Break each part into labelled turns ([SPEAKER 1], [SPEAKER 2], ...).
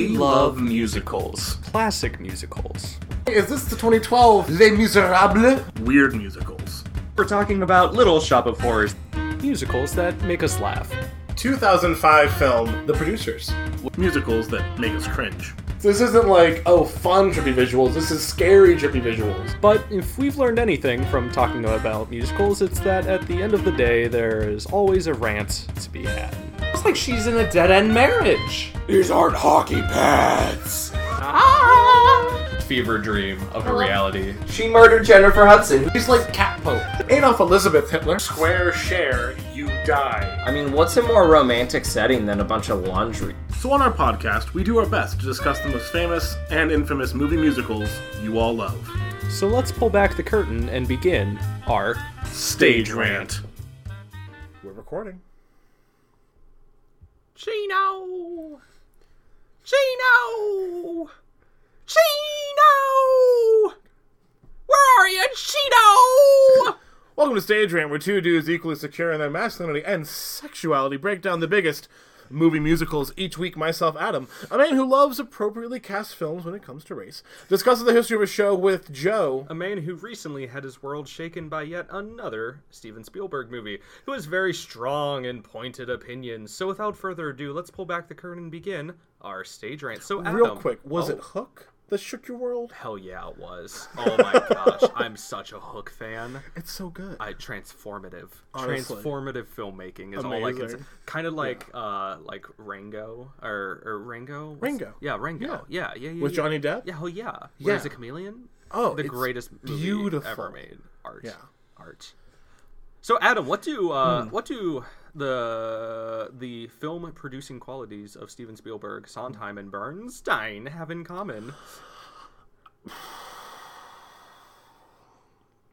[SPEAKER 1] love musicals, classic musicals,
[SPEAKER 2] Is this the 2012 Les Miserables?
[SPEAKER 1] weird musicals. We're talking about Little Shop of Horrors, musicals that make us laugh,
[SPEAKER 2] 2005 film, The Producers.
[SPEAKER 3] musicals that make us cringe.
[SPEAKER 2] This isn't like, oh, fun trippy visuals. This is scary trippy visuals.
[SPEAKER 1] But if we've learned anything from talking about musicals, it's that at the end of the day, there is always a rant to be had.
[SPEAKER 4] It's like she's in a dead end marriage.
[SPEAKER 2] These aren't hockey pads.
[SPEAKER 1] Ah!
[SPEAKER 4] Fever dream of a reality.
[SPEAKER 2] She murdered Jennifer Hudson. He's like Cat Pope. Adolf Elizabeth Hitler.
[SPEAKER 3] Square share, you die.
[SPEAKER 5] I mean, what's a more romantic setting than a bunch of laundry?
[SPEAKER 3] So, on our podcast, we do our best to discuss the most famous and infamous movie musicals you all love.
[SPEAKER 1] So let's pull back the curtain and begin our.
[SPEAKER 3] Stage rant.
[SPEAKER 2] We're recording.
[SPEAKER 3] Chino! Chino! Chino! Where are you, Chino?
[SPEAKER 2] Welcome to Stage Rant, where two dudes equally secure in their masculinity and sexuality break down the biggest movie musicals each week. Myself, Adam, a man who loves appropriately cast films when it comes to race, discusses the history of a show with Joe.
[SPEAKER 4] A man who recently had his world shaken by yet another Steven Spielberg movie, who has very strong and pointed opinions. So without further ado, let's pull back the curtain and begin our stage rant. So Adam,
[SPEAKER 2] Real quick, was
[SPEAKER 4] Oh,
[SPEAKER 2] it Hook that shook your world?
[SPEAKER 4] Hell yeah, it was. Oh my gosh, I'm such a Hook fan.
[SPEAKER 2] It's so good.
[SPEAKER 4] I transformative,
[SPEAKER 2] Honestly.
[SPEAKER 4] transformative filmmaking is all I can say.
[SPEAKER 2] Amazing.
[SPEAKER 4] Kind of like, uh, like Rango or or Rango. What's-
[SPEAKER 2] Rango.
[SPEAKER 4] Yeah, Rango. Yeah, yeah, yeah.
[SPEAKER 2] With
[SPEAKER 4] yeah.
[SPEAKER 2] Johnny Depp?
[SPEAKER 4] Yeah, hell yeah. Where's
[SPEAKER 2] Yeah.
[SPEAKER 4] the chameleon?
[SPEAKER 2] Oh,
[SPEAKER 4] the
[SPEAKER 2] it's
[SPEAKER 4] greatest movie
[SPEAKER 2] beautiful.
[SPEAKER 4] ever made. Art.
[SPEAKER 2] Yeah. Hmm.
[SPEAKER 4] Art. So Adam, what do uh, what do the the film producing qualities of Steven Spielberg, Sondheim, and Bernstein have in common?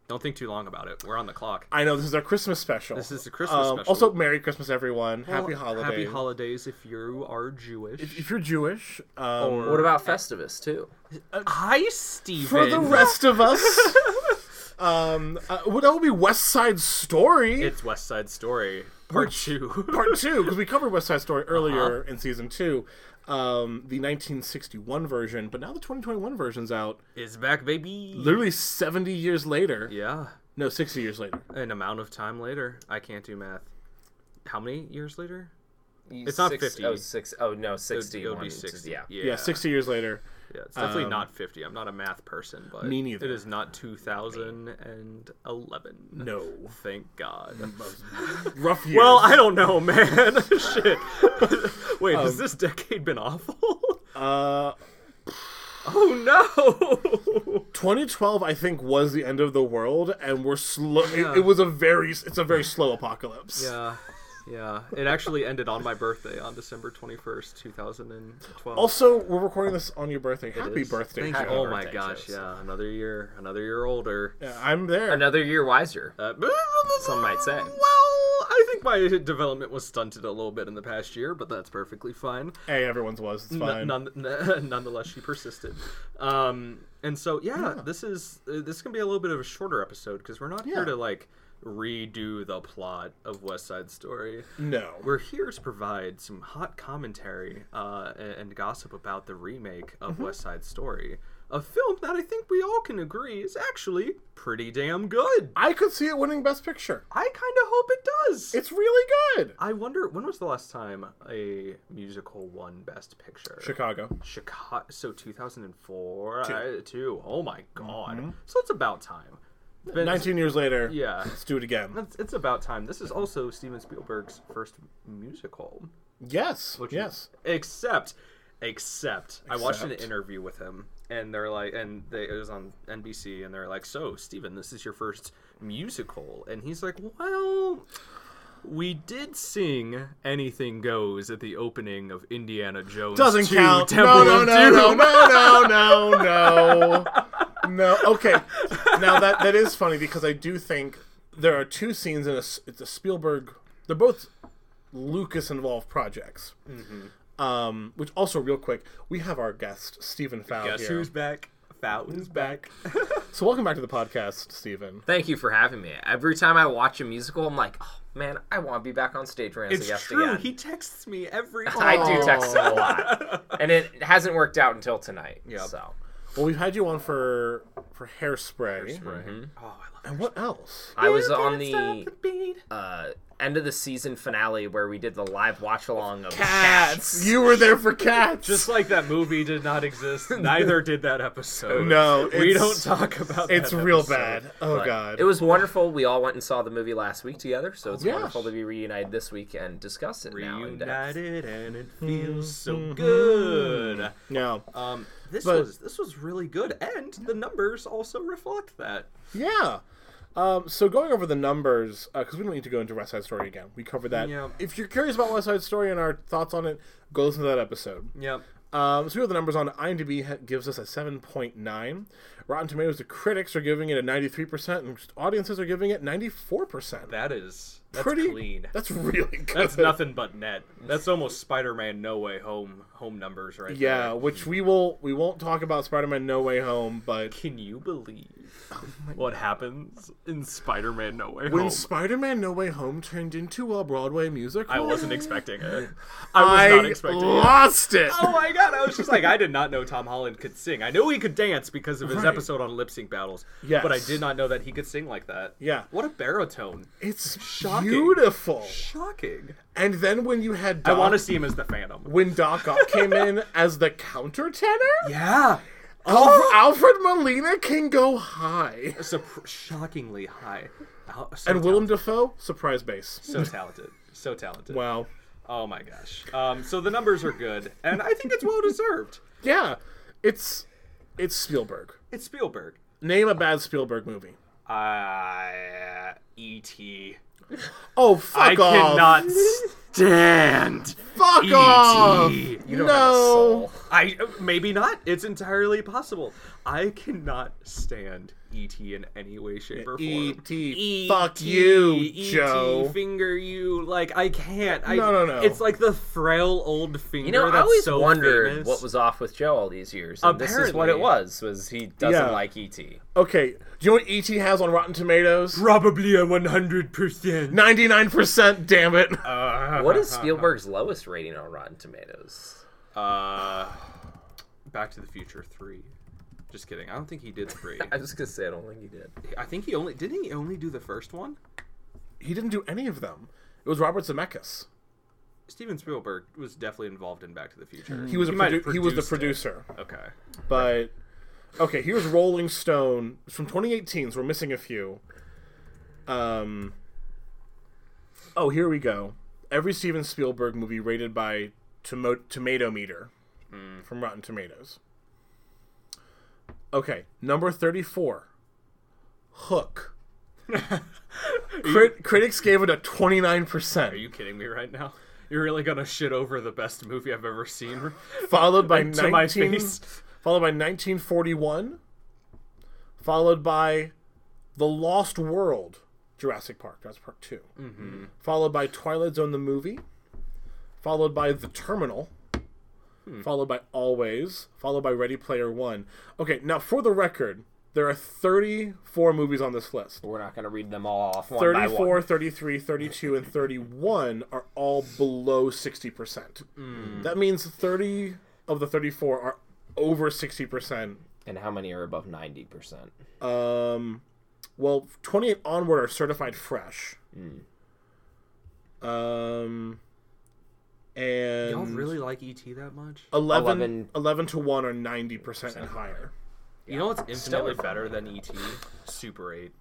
[SPEAKER 4] Don't think too long about it. We're on the clock.
[SPEAKER 2] I know this is our Christmas special. Um,
[SPEAKER 4] This is the Christmas special.
[SPEAKER 2] Also, Merry Christmas, everyone! happy
[SPEAKER 4] Well,
[SPEAKER 2] holidays!
[SPEAKER 4] Happy holidays if you are Jewish.
[SPEAKER 2] If, if you're Jewish, um,
[SPEAKER 5] What about Festivus too?
[SPEAKER 4] Hi, Steven.
[SPEAKER 2] uh, for the rest of us. Um, uh, well, that would be West Side Story.
[SPEAKER 4] it's West Side Story Part Two.
[SPEAKER 2] part two because we covered West Side Story earlier
[SPEAKER 4] Uh-huh.
[SPEAKER 2] in season two, um, the 1961 version, but now the 2021 version's out.
[SPEAKER 4] Is back, baby.
[SPEAKER 2] Literally 70 years later,
[SPEAKER 4] Yeah.
[SPEAKER 2] no, 60 years later.
[SPEAKER 4] An amount of time later. I can't do math. How many years later?
[SPEAKER 5] It's
[SPEAKER 4] not 50.
[SPEAKER 5] Oh, six, oh no,
[SPEAKER 4] It-
[SPEAKER 5] 60.
[SPEAKER 4] It would be
[SPEAKER 5] one,
[SPEAKER 4] sixty.
[SPEAKER 5] Yeah.
[SPEAKER 2] Yeah, 60 years later.
[SPEAKER 4] Yeah, it's definitely not 50. I'm not a math person, but
[SPEAKER 2] Me neither.
[SPEAKER 4] it is not 2011.
[SPEAKER 2] No,
[SPEAKER 4] Thank God.
[SPEAKER 2] rough years.
[SPEAKER 4] Well, I don't know, man. Shit. Wait, has this decade been awful?
[SPEAKER 2] Um, uh,
[SPEAKER 4] oh no.
[SPEAKER 2] 2012, I think, was the end of the world, and we're slow. It, it was a very, it's a very slow apocalypse.
[SPEAKER 4] yeah. Yeah. It actually ended on my birthday on December 21st, 2012.
[SPEAKER 2] Also, we're recording this on your birthday. Happy
[SPEAKER 4] Is-
[SPEAKER 2] birthday!
[SPEAKER 4] Thank you.
[SPEAKER 2] Joe.
[SPEAKER 4] Oh my
[SPEAKER 5] birthday,
[SPEAKER 4] gosh,
[SPEAKER 5] Joe, so-
[SPEAKER 4] yeah. Another year, another year older.
[SPEAKER 2] Yeah, I'm there.
[SPEAKER 5] Another year wiser.
[SPEAKER 4] Uh,
[SPEAKER 5] Some might say.
[SPEAKER 4] Well, I think my development was stunted a little bit in the past year, but that's perfectly fine.
[SPEAKER 2] Hey, everyone's was. It's
[SPEAKER 4] N-
[SPEAKER 2] fine.
[SPEAKER 4] none- n- nonetheless, she persisted. Um, and so, yeah, this is uh, this is gonna be a little bit of a shorter episode because we're not
[SPEAKER 2] Yeah.
[SPEAKER 4] here to like redo the plot of West Side Story.
[SPEAKER 2] no.
[SPEAKER 4] We're here to provide some hot commentary uh, a- and gossip about the remake of West Side Story, a film that I think we all can agree is actually pretty damn good.
[SPEAKER 2] I could see it winning Best Picture.
[SPEAKER 4] I kind of hope it does.
[SPEAKER 2] It's really good.
[SPEAKER 4] I wonder when was the last time a musical won Best Picture?
[SPEAKER 2] Chicago.
[SPEAKER 4] Chicago. So 2004. I- two. Oh my god. So it's about time. It's been-
[SPEAKER 2] 19 years later.
[SPEAKER 4] Yeah.
[SPEAKER 2] Let's do it again.
[SPEAKER 4] It's, it's about time. This is also Steven Spielberg's first musical.
[SPEAKER 2] Yes. yes.
[SPEAKER 4] Except, except, I watched an
[SPEAKER 2] Except.
[SPEAKER 4] interview with him, and they're like, and they, it was on NBC, and they're like, so Steven, this is your first musical, and he's like, well. We did sing "Anything Goes" at the opening of Indiana Jones.
[SPEAKER 2] Doesn't
[SPEAKER 4] 2,
[SPEAKER 2] count.
[SPEAKER 4] Temple
[SPEAKER 2] No, no,
[SPEAKER 4] of
[SPEAKER 2] no, no,
[SPEAKER 4] Doom.
[SPEAKER 2] no, no, no, no. No. Okay. Now that that is funny because I do think there are two scenes in a s- it's a Spielberg. They're both Lucas involved projects. Um, which also real quick, we have our guest Stephen Fowl
[SPEAKER 4] Guess
[SPEAKER 2] here.
[SPEAKER 4] who's back? Fountain's back.
[SPEAKER 2] So welcome back to the podcast, Stephen.
[SPEAKER 5] Thank you for having me. Every time I watch a musical, I'm like, oh Man, I want to be back on stage ranting
[SPEAKER 4] It's
[SPEAKER 5] again.
[SPEAKER 4] true. He texts me every.
[SPEAKER 5] I
[SPEAKER 4] time.
[SPEAKER 5] do text him a lot, and it hasn't worked out until tonight. Yeah. So
[SPEAKER 2] Well, we've had you on for for hairspray.
[SPEAKER 4] Oh, I love
[SPEAKER 2] And what else?
[SPEAKER 5] I was on the uh, end of the season finale where we did the live watch along of Cats.
[SPEAKER 2] You were there for cats.
[SPEAKER 4] Just like that movie did not exist, neither did that episode.
[SPEAKER 2] No,
[SPEAKER 4] we
[SPEAKER 2] it's-
[SPEAKER 4] don't talk about.
[SPEAKER 2] it's
[SPEAKER 4] that
[SPEAKER 2] real
[SPEAKER 4] episode.
[SPEAKER 2] bad. Oh
[SPEAKER 5] But
[SPEAKER 2] god.
[SPEAKER 5] It was wonderful. We all went and saw the movie last week together, so it's
[SPEAKER 2] Yes.
[SPEAKER 5] wonderful to be reunited this week and uh, discuss it now in depth.
[SPEAKER 4] Reunited and it
[SPEAKER 2] Mm-hmm.
[SPEAKER 4] feels so good.
[SPEAKER 2] no.
[SPEAKER 4] Um, this
[SPEAKER 2] But-
[SPEAKER 4] was this was really good, and the numbers also reflect that.
[SPEAKER 2] Yeah. Um, so going over the numbers, because we don't need to go into West Side Story again. We covered that.
[SPEAKER 4] Yeah.
[SPEAKER 2] If you're curious about West Side Story and our thoughts on it, go listen to that episode.
[SPEAKER 4] Yep.
[SPEAKER 2] Um, so here are the numbers on IMDb ha- gives us a 7.9. Rotten Tomatoes, the critics are giving it a 93%, and audiences are giving it 94%.
[SPEAKER 4] That is that's
[SPEAKER 2] Pretty
[SPEAKER 4] clean.
[SPEAKER 2] That's really good.
[SPEAKER 4] That's nothing but net. That's almost Spider-Man No Way Home home numbers right
[SPEAKER 2] Yeah,
[SPEAKER 4] there.
[SPEAKER 2] which we will we won't talk about Spider-Man No Way Home, but
[SPEAKER 4] Can you believe what happens in Spider-Man No Way
[SPEAKER 2] Oh when
[SPEAKER 4] Home?
[SPEAKER 2] Spider-Man No Way Home turned into a Broadway musical,
[SPEAKER 4] I wasn't expecting it. I was
[SPEAKER 2] I
[SPEAKER 4] not expecting it.
[SPEAKER 2] lost it.
[SPEAKER 4] Oh my god, I was just like, I did not know Tom Holland could sing. I knew he could dance because of his
[SPEAKER 2] Right.
[SPEAKER 4] episode on lip sync battles.
[SPEAKER 2] Yes.
[SPEAKER 4] But I did not know that he could sing like that.
[SPEAKER 2] Yeah.
[SPEAKER 4] What a baritone.
[SPEAKER 2] It's
[SPEAKER 4] Shocking.
[SPEAKER 2] beautiful.
[SPEAKER 4] Shocking.
[SPEAKER 2] And then when you had
[SPEAKER 4] I
[SPEAKER 2] Doc,
[SPEAKER 4] want to see him as the Phantom.
[SPEAKER 2] when Doc Ock came in as the counter tenor,
[SPEAKER 4] Yeah. Oh.
[SPEAKER 2] Alf- Alfred Molina can go high.
[SPEAKER 4] Surp- shockingly high. How- So
[SPEAKER 2] And Willem Dafoe, surprise bass.
[SPEAKER 4] So talented. So talented.
[SPEAKER 2] Wow.
[SPEAKER 4] Oh my gosh. Um, so the numbers are good, and I think it's well deserved.
[SPEAKER 2] Yeah, it's it's Spielberg.
[SPEAKER 4] It's Spielberg.
[SPEAKER 2] Name a bad Spielberg movie.
[SPEAKER 4] Uh, E.T.
[SPEAKER 2] Oh fuck
[SPEAKER 4] I
[SPEAKER 2] off!
[SPEAKER 4] cannot E stand
[SPEAKER 2] fuck
[SPEAKER 4] E.T.
[SPEAKER 2] off!
[SPEAKER 5] You
[SPEAKER 2] no.
[SPEAKER 5] don't have a soul.
[SPEAKER 4] I maybe not. It's entirely possible. I cannot stand E.T. in any way, shape, or form. E
[SPEAKER 2] E.T. E Fuck you,
[SPEAKER 4] E.T.,
[SPEAKER 2] Joe.
[SPEAKER 4] Finger you like I can't. I,
[SPEAKER 2] No, no, no.
[SPEAKER 4] It's like the frail old finger.
[SPEAKER 5] You know, I
[SPEAKER 4] that's
[SPEAKER 5] always
[SPEAKER 4] so
[SPEAKER 5] wondered
[SPEAKER 4] famous.
[SPEAKER 5] what was off with Joe all these years. And this is what
[SPEAKER 4] Apparently.
[SPEAKER 5] it was: was he doesn't
[SPEAKER 2] Yeah.
[SPEAKER 5] like E ET.
[SPEAKER 2] Okay, do you know what E.T. has on Rotten Tomatoes?
[SPEAKER 4] probably a one hundred percent.
[SPEAKER 2] Ninety-nine percent. Damn it.
[SPEAKER 5] What is Spielberg's lowest rating on Rotten Tomatoes?
[SPEAKER 4] Uh, Back to the Future three. Just kidding. I don't think he did three.
[SPEAKER 5] I was gonna say I don't think he did.
[SPEAKER 4] I think he only didn't he only do the first one.
[SPEAKER 2] he didn't do any of them. It was Robert Zemeckis.
[SPEAKER 4] Steven Spielberg was definitely involved in Back to the Future.
[SPEAKER 2] He was a
[SPEAKER 4] might have
[SPEAKER 2] produ- he was the
[SPEAKER 4] produced
[SPEAKER 2] producer.
[SPEAKER 4] Okay.
[SPEAKER 2] But okay, here's Rolling Stone It's from 2018. So we're missing a few. Um. Oh, here we go. Every Steven Spielberg movie rated by tomo- Tomato Meter
[SPEAKER 4] Hmm.
[SPEAKER 2] from Rotten Tomatoes. Okay, number 34. Hook. Crit- critics gave it a 29%.
[SPEAKER 4] Are you kidding me right now? You're really gonna shit over the best movie I've ever seen
[SPEAKER 2] followed by
[SPEAKER 4] to my
[SPEAKER 2] 19
[SPEAKER 4] face.
[SPEAKER 2] followed by 1941 followed by the lost world jurassic park jurassic park 2
[SPEAKER 5] Mm-hmm.
[SPEAKER 2] followed by twilight zone the movie followed by the terminal
[SPEAKER 5] Hmm.
[SPEAKER 2] followed by always followed by ready player one okay now for the record there are 34 movies on this list
[SPEAKER 5] We're not gonna read them all off one by one.
[SPEAKER 2] 34, 33, 32, and 31 are all below 60%.
[SPEAKER 5] Hmm.
[SPEAKER 2] That means 30 of the 34 are over 60%.
[SPEAKER 5] And how many are above ninety percent?
[SPEAKER 2] Um, well, 28 onward are certified fresh. Um, and
[SPEAKER 4] Y'all really like ET that much?
[SPEAKER 2] 11, 11,
[SPEAKER 5] 11
[SPEAKER 2] to 1 are 90% and higher.
[SPEAKER 4] You know what's infinitely
[SPEAKER 5] Stellar
[SPEAKER 4] better than ET? Super Eight.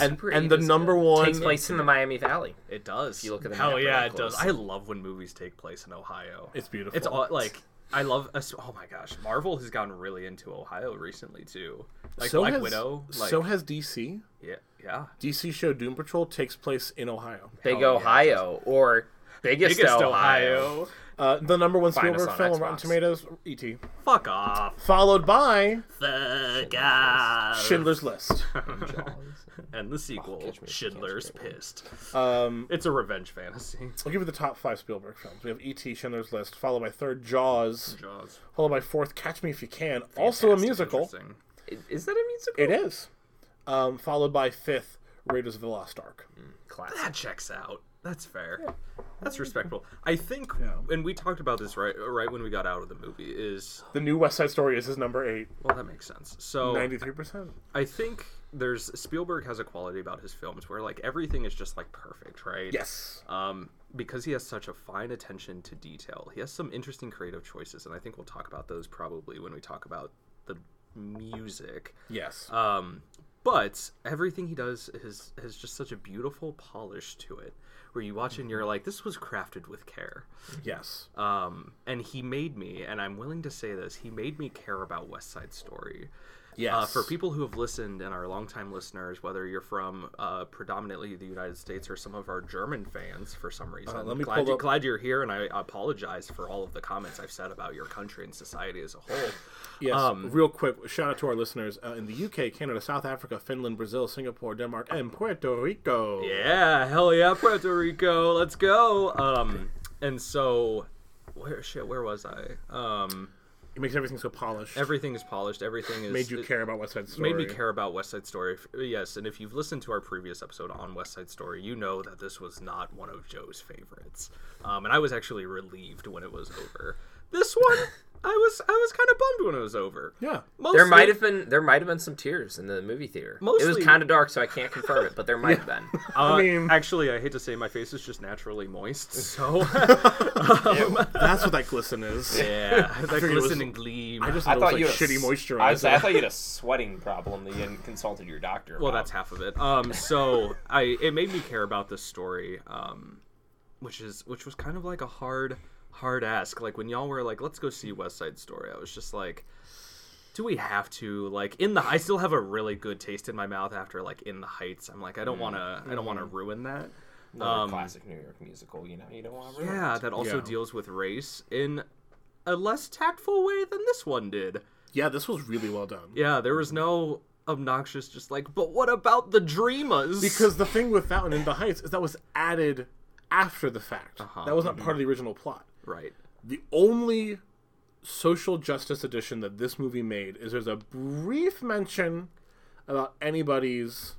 [SPEAKER 5] And,
[SPEAKER 2] and the number one-
[SPEAKER 5] takes place in the Miami Valley.
[SPEAKER 4] It does.
[SPEAKER 5] you look at the
[SPEAKER 4] Hell
[SPEAKER 5] map,
[SPEAKER 4] yeah,
[SPEAKER 5] really
[SPEAKER 4] it does.
[SPEAKER 5] close.
[SPEAKER 4] I love when movies take place in Ohio.
[SPEAKER 2] It's beautiful.
[SPEAKER 4] It's all like I love. Oh my gosh, Marvel has gotten really into Ohio recently too. Like Black
[SPEAKER 2] has,
[SPEAKER 4] Widow. Like,
[SPEAKER 2] so has DC.
[SPEAKER 4] yeah, yeah.
[SPEAKER 2] DC show Doom Patrol takes place in Ohio.
[SPEAKER 4] yeah,
[SPEAKER 5] Big
[SPEAKER 4] it
[SPEAKER 5] Ohio or biggest,
[SPEAKER 4] Biggest
[SPEAKER 5] Ohio.
[SPEAKER 4] Ohio.
[SPEAKER 2] Uh, the number one
[SPEAKER 5] Find us
[SPEAKER 2] Spielberg
[SPEAKER 5] on
[SPEAKER 2] film on Rotten
[SPEAKER 5] Xbox.
[SPEAKER 2] Tomatoes, E.T.
[SPEAKER 4] Fuck off.
[SPEAKER 2] Followed by
[SPEAKER 4] Fuck off.
[SPEAKER 2] Schindler's List.
[SPEAKER 4] And the sequel,
[SPEAKER 5] Oh, catch me if you can't
[SPEAKER 4] Schindler's
[SPEAKER 5] forget one.
[SPEAKER 4] Pissed.
[SPEAKER 2] Um,
[SPEAKER 4] It's a revenge fantasy.
[SPEAKER 2] I'll give you the top five Spielberg films. We have E.T., Schindler's List, followed by third Jaws,
[SPEAKER 4] Jaws.
[SPEAKER 2] followed by fourth Catch Me If You Can, also a musical.
[SPEAKER 4] Interesting.
[SPEAKER 5] I- Is that a musical?
[SPEAKER 2] It is. Um, followed by fifth Raiders of the Lost Ark.
[SPEAKER 5] classic.
[SPEAKER 4] that checks out. That's fair. That's respectable. I think, and we talked about this right right when we got out of the movie. Is
[SPEAKER 2] The new West Side Story is his number eight.
[SPEAKER 4] well, that makes sense. So
[SPEAKER 2] Ninety-three percent.
[SPEAKER 4] I think there's Spielberg has a quality about his films where like everything is just like perfect, right?
[SPEAKER 2] Yes.
[SPEAKER 4] Um, because he has such a fine attention to detail, he has some interesting creative choices, and I think we'll talk about those probably when we talk about the music.
[SPEAKER 2] Yes.
[SPEAKER 4] Um, but everything he does is has just such a beautiful polish to it, where you watch and you're
[SPEAKER 2] Mm-hmm.
[SPEAKER 4] like, this was crafted with care.
[SPEAKER 2] yes.
[SPEAKER 4] Um, and he made me, and I'm willing to say this, he made me care about West Side Story.
[SPEAKER 2] yes.
[SPEAKER 4] Uh, for people who have listened and are longtime listeners, whether you're from uh, predominantly the United States or some of our German fans for some reason,
[SPEAKER 2] Uh, let me
[SPEAKER 4] glad,
[SPEAKER 2] pull
[SPEAKER 4] you,
[SPEAKER 2] up-
[SPEAKER 4] glad you're here, and I apologize for all of the comments I've said about your country and society as a whole.
[SPEAKER 2] Yes. Real quick, shout out to our listeners uh, in the UK, Canada, South Africa, Finland, Brazil, Singapore, Denmark, and Puerto Rico.
[SPEAKER 4] Yeah, hell yeah, Puerto Rico, let's go. Um, and so, where shit, where was I? Um,
[SPEAKER 2] It makes everything so polished.
[SPEAKER 4] everything is polished. Everything is
[SPEAKER 2] made you
[SPEAKER 4] it-
[SPEAKER 2] care about West Side Story.
[SPEAKER 4] made me care about West Side Story. F- Yes, and if you've listened to our previous episode on West Side Story, you know that this was not one of Joe's favorites. Um, and I was actually relieved when it was over. This one, I was I was kind of bummed when it was over.
[SPEAKER 2] Yeah.
[SPEAKER 4] Mostly,
[SPEAKER 5] There might have been there might have been some tears in the movie theater. it was
[SPEAKER 4] Mostly-
[SPEAKER 5] kind of dark, so I can't confirm it, but there might have been.
[SPEAKER 4] Uh,
[SPEAKER 2] I mean-
[SPEAKER 4] actually, I hate to say my face is just naturally moist. So
[SPEAKER 2] That's what that glisten is.
[SPEAKER 4] yeah, that
[SPEAKER 2] figured it was-
[SPEAKER 4] glisten and gleam.
[SPEAKER 2] I just thought it was like shitty moisturizer.
[SPEAKER 5] thought you had a sweating problem that you hadn't consulted your doctor.
[SPEAKER 4] Well, that's half of it. Um, so I it made me care about this story, um, which is which was kind of like a hard hard ask. Like when y'all were like, "Let's go see West Side Story," I was just like, "Do we have to?" Like in the I still have a really good taste in my mouth after like in the Heights. I'm like, I
[SPEAKER 2] Mm.
[SPEAKER 4] don't want to I don't want to ruin that. Um,
[SPEAKER 5] classic New York musical. You know, you don't want to.
[SPEAKER 4] yeah, that also
[SPEAKER 2] Yeah.
[SPEAKER 4] deals with race in a less tactful way than this one did.
[SPEAKER 2] yeah, this was really well done.
[SPEAKER 4] Yeah, there was no obnoxious just like, but what about the dreamers?
[SPEAKER 2] Because the thing with that one in the Heights is that was added after the fact. That was not part of the original plot.
[SPEAKER 4] right.
[SPEAKER 2] The only social justice edition that this movie made is there's a brief mention about anybody's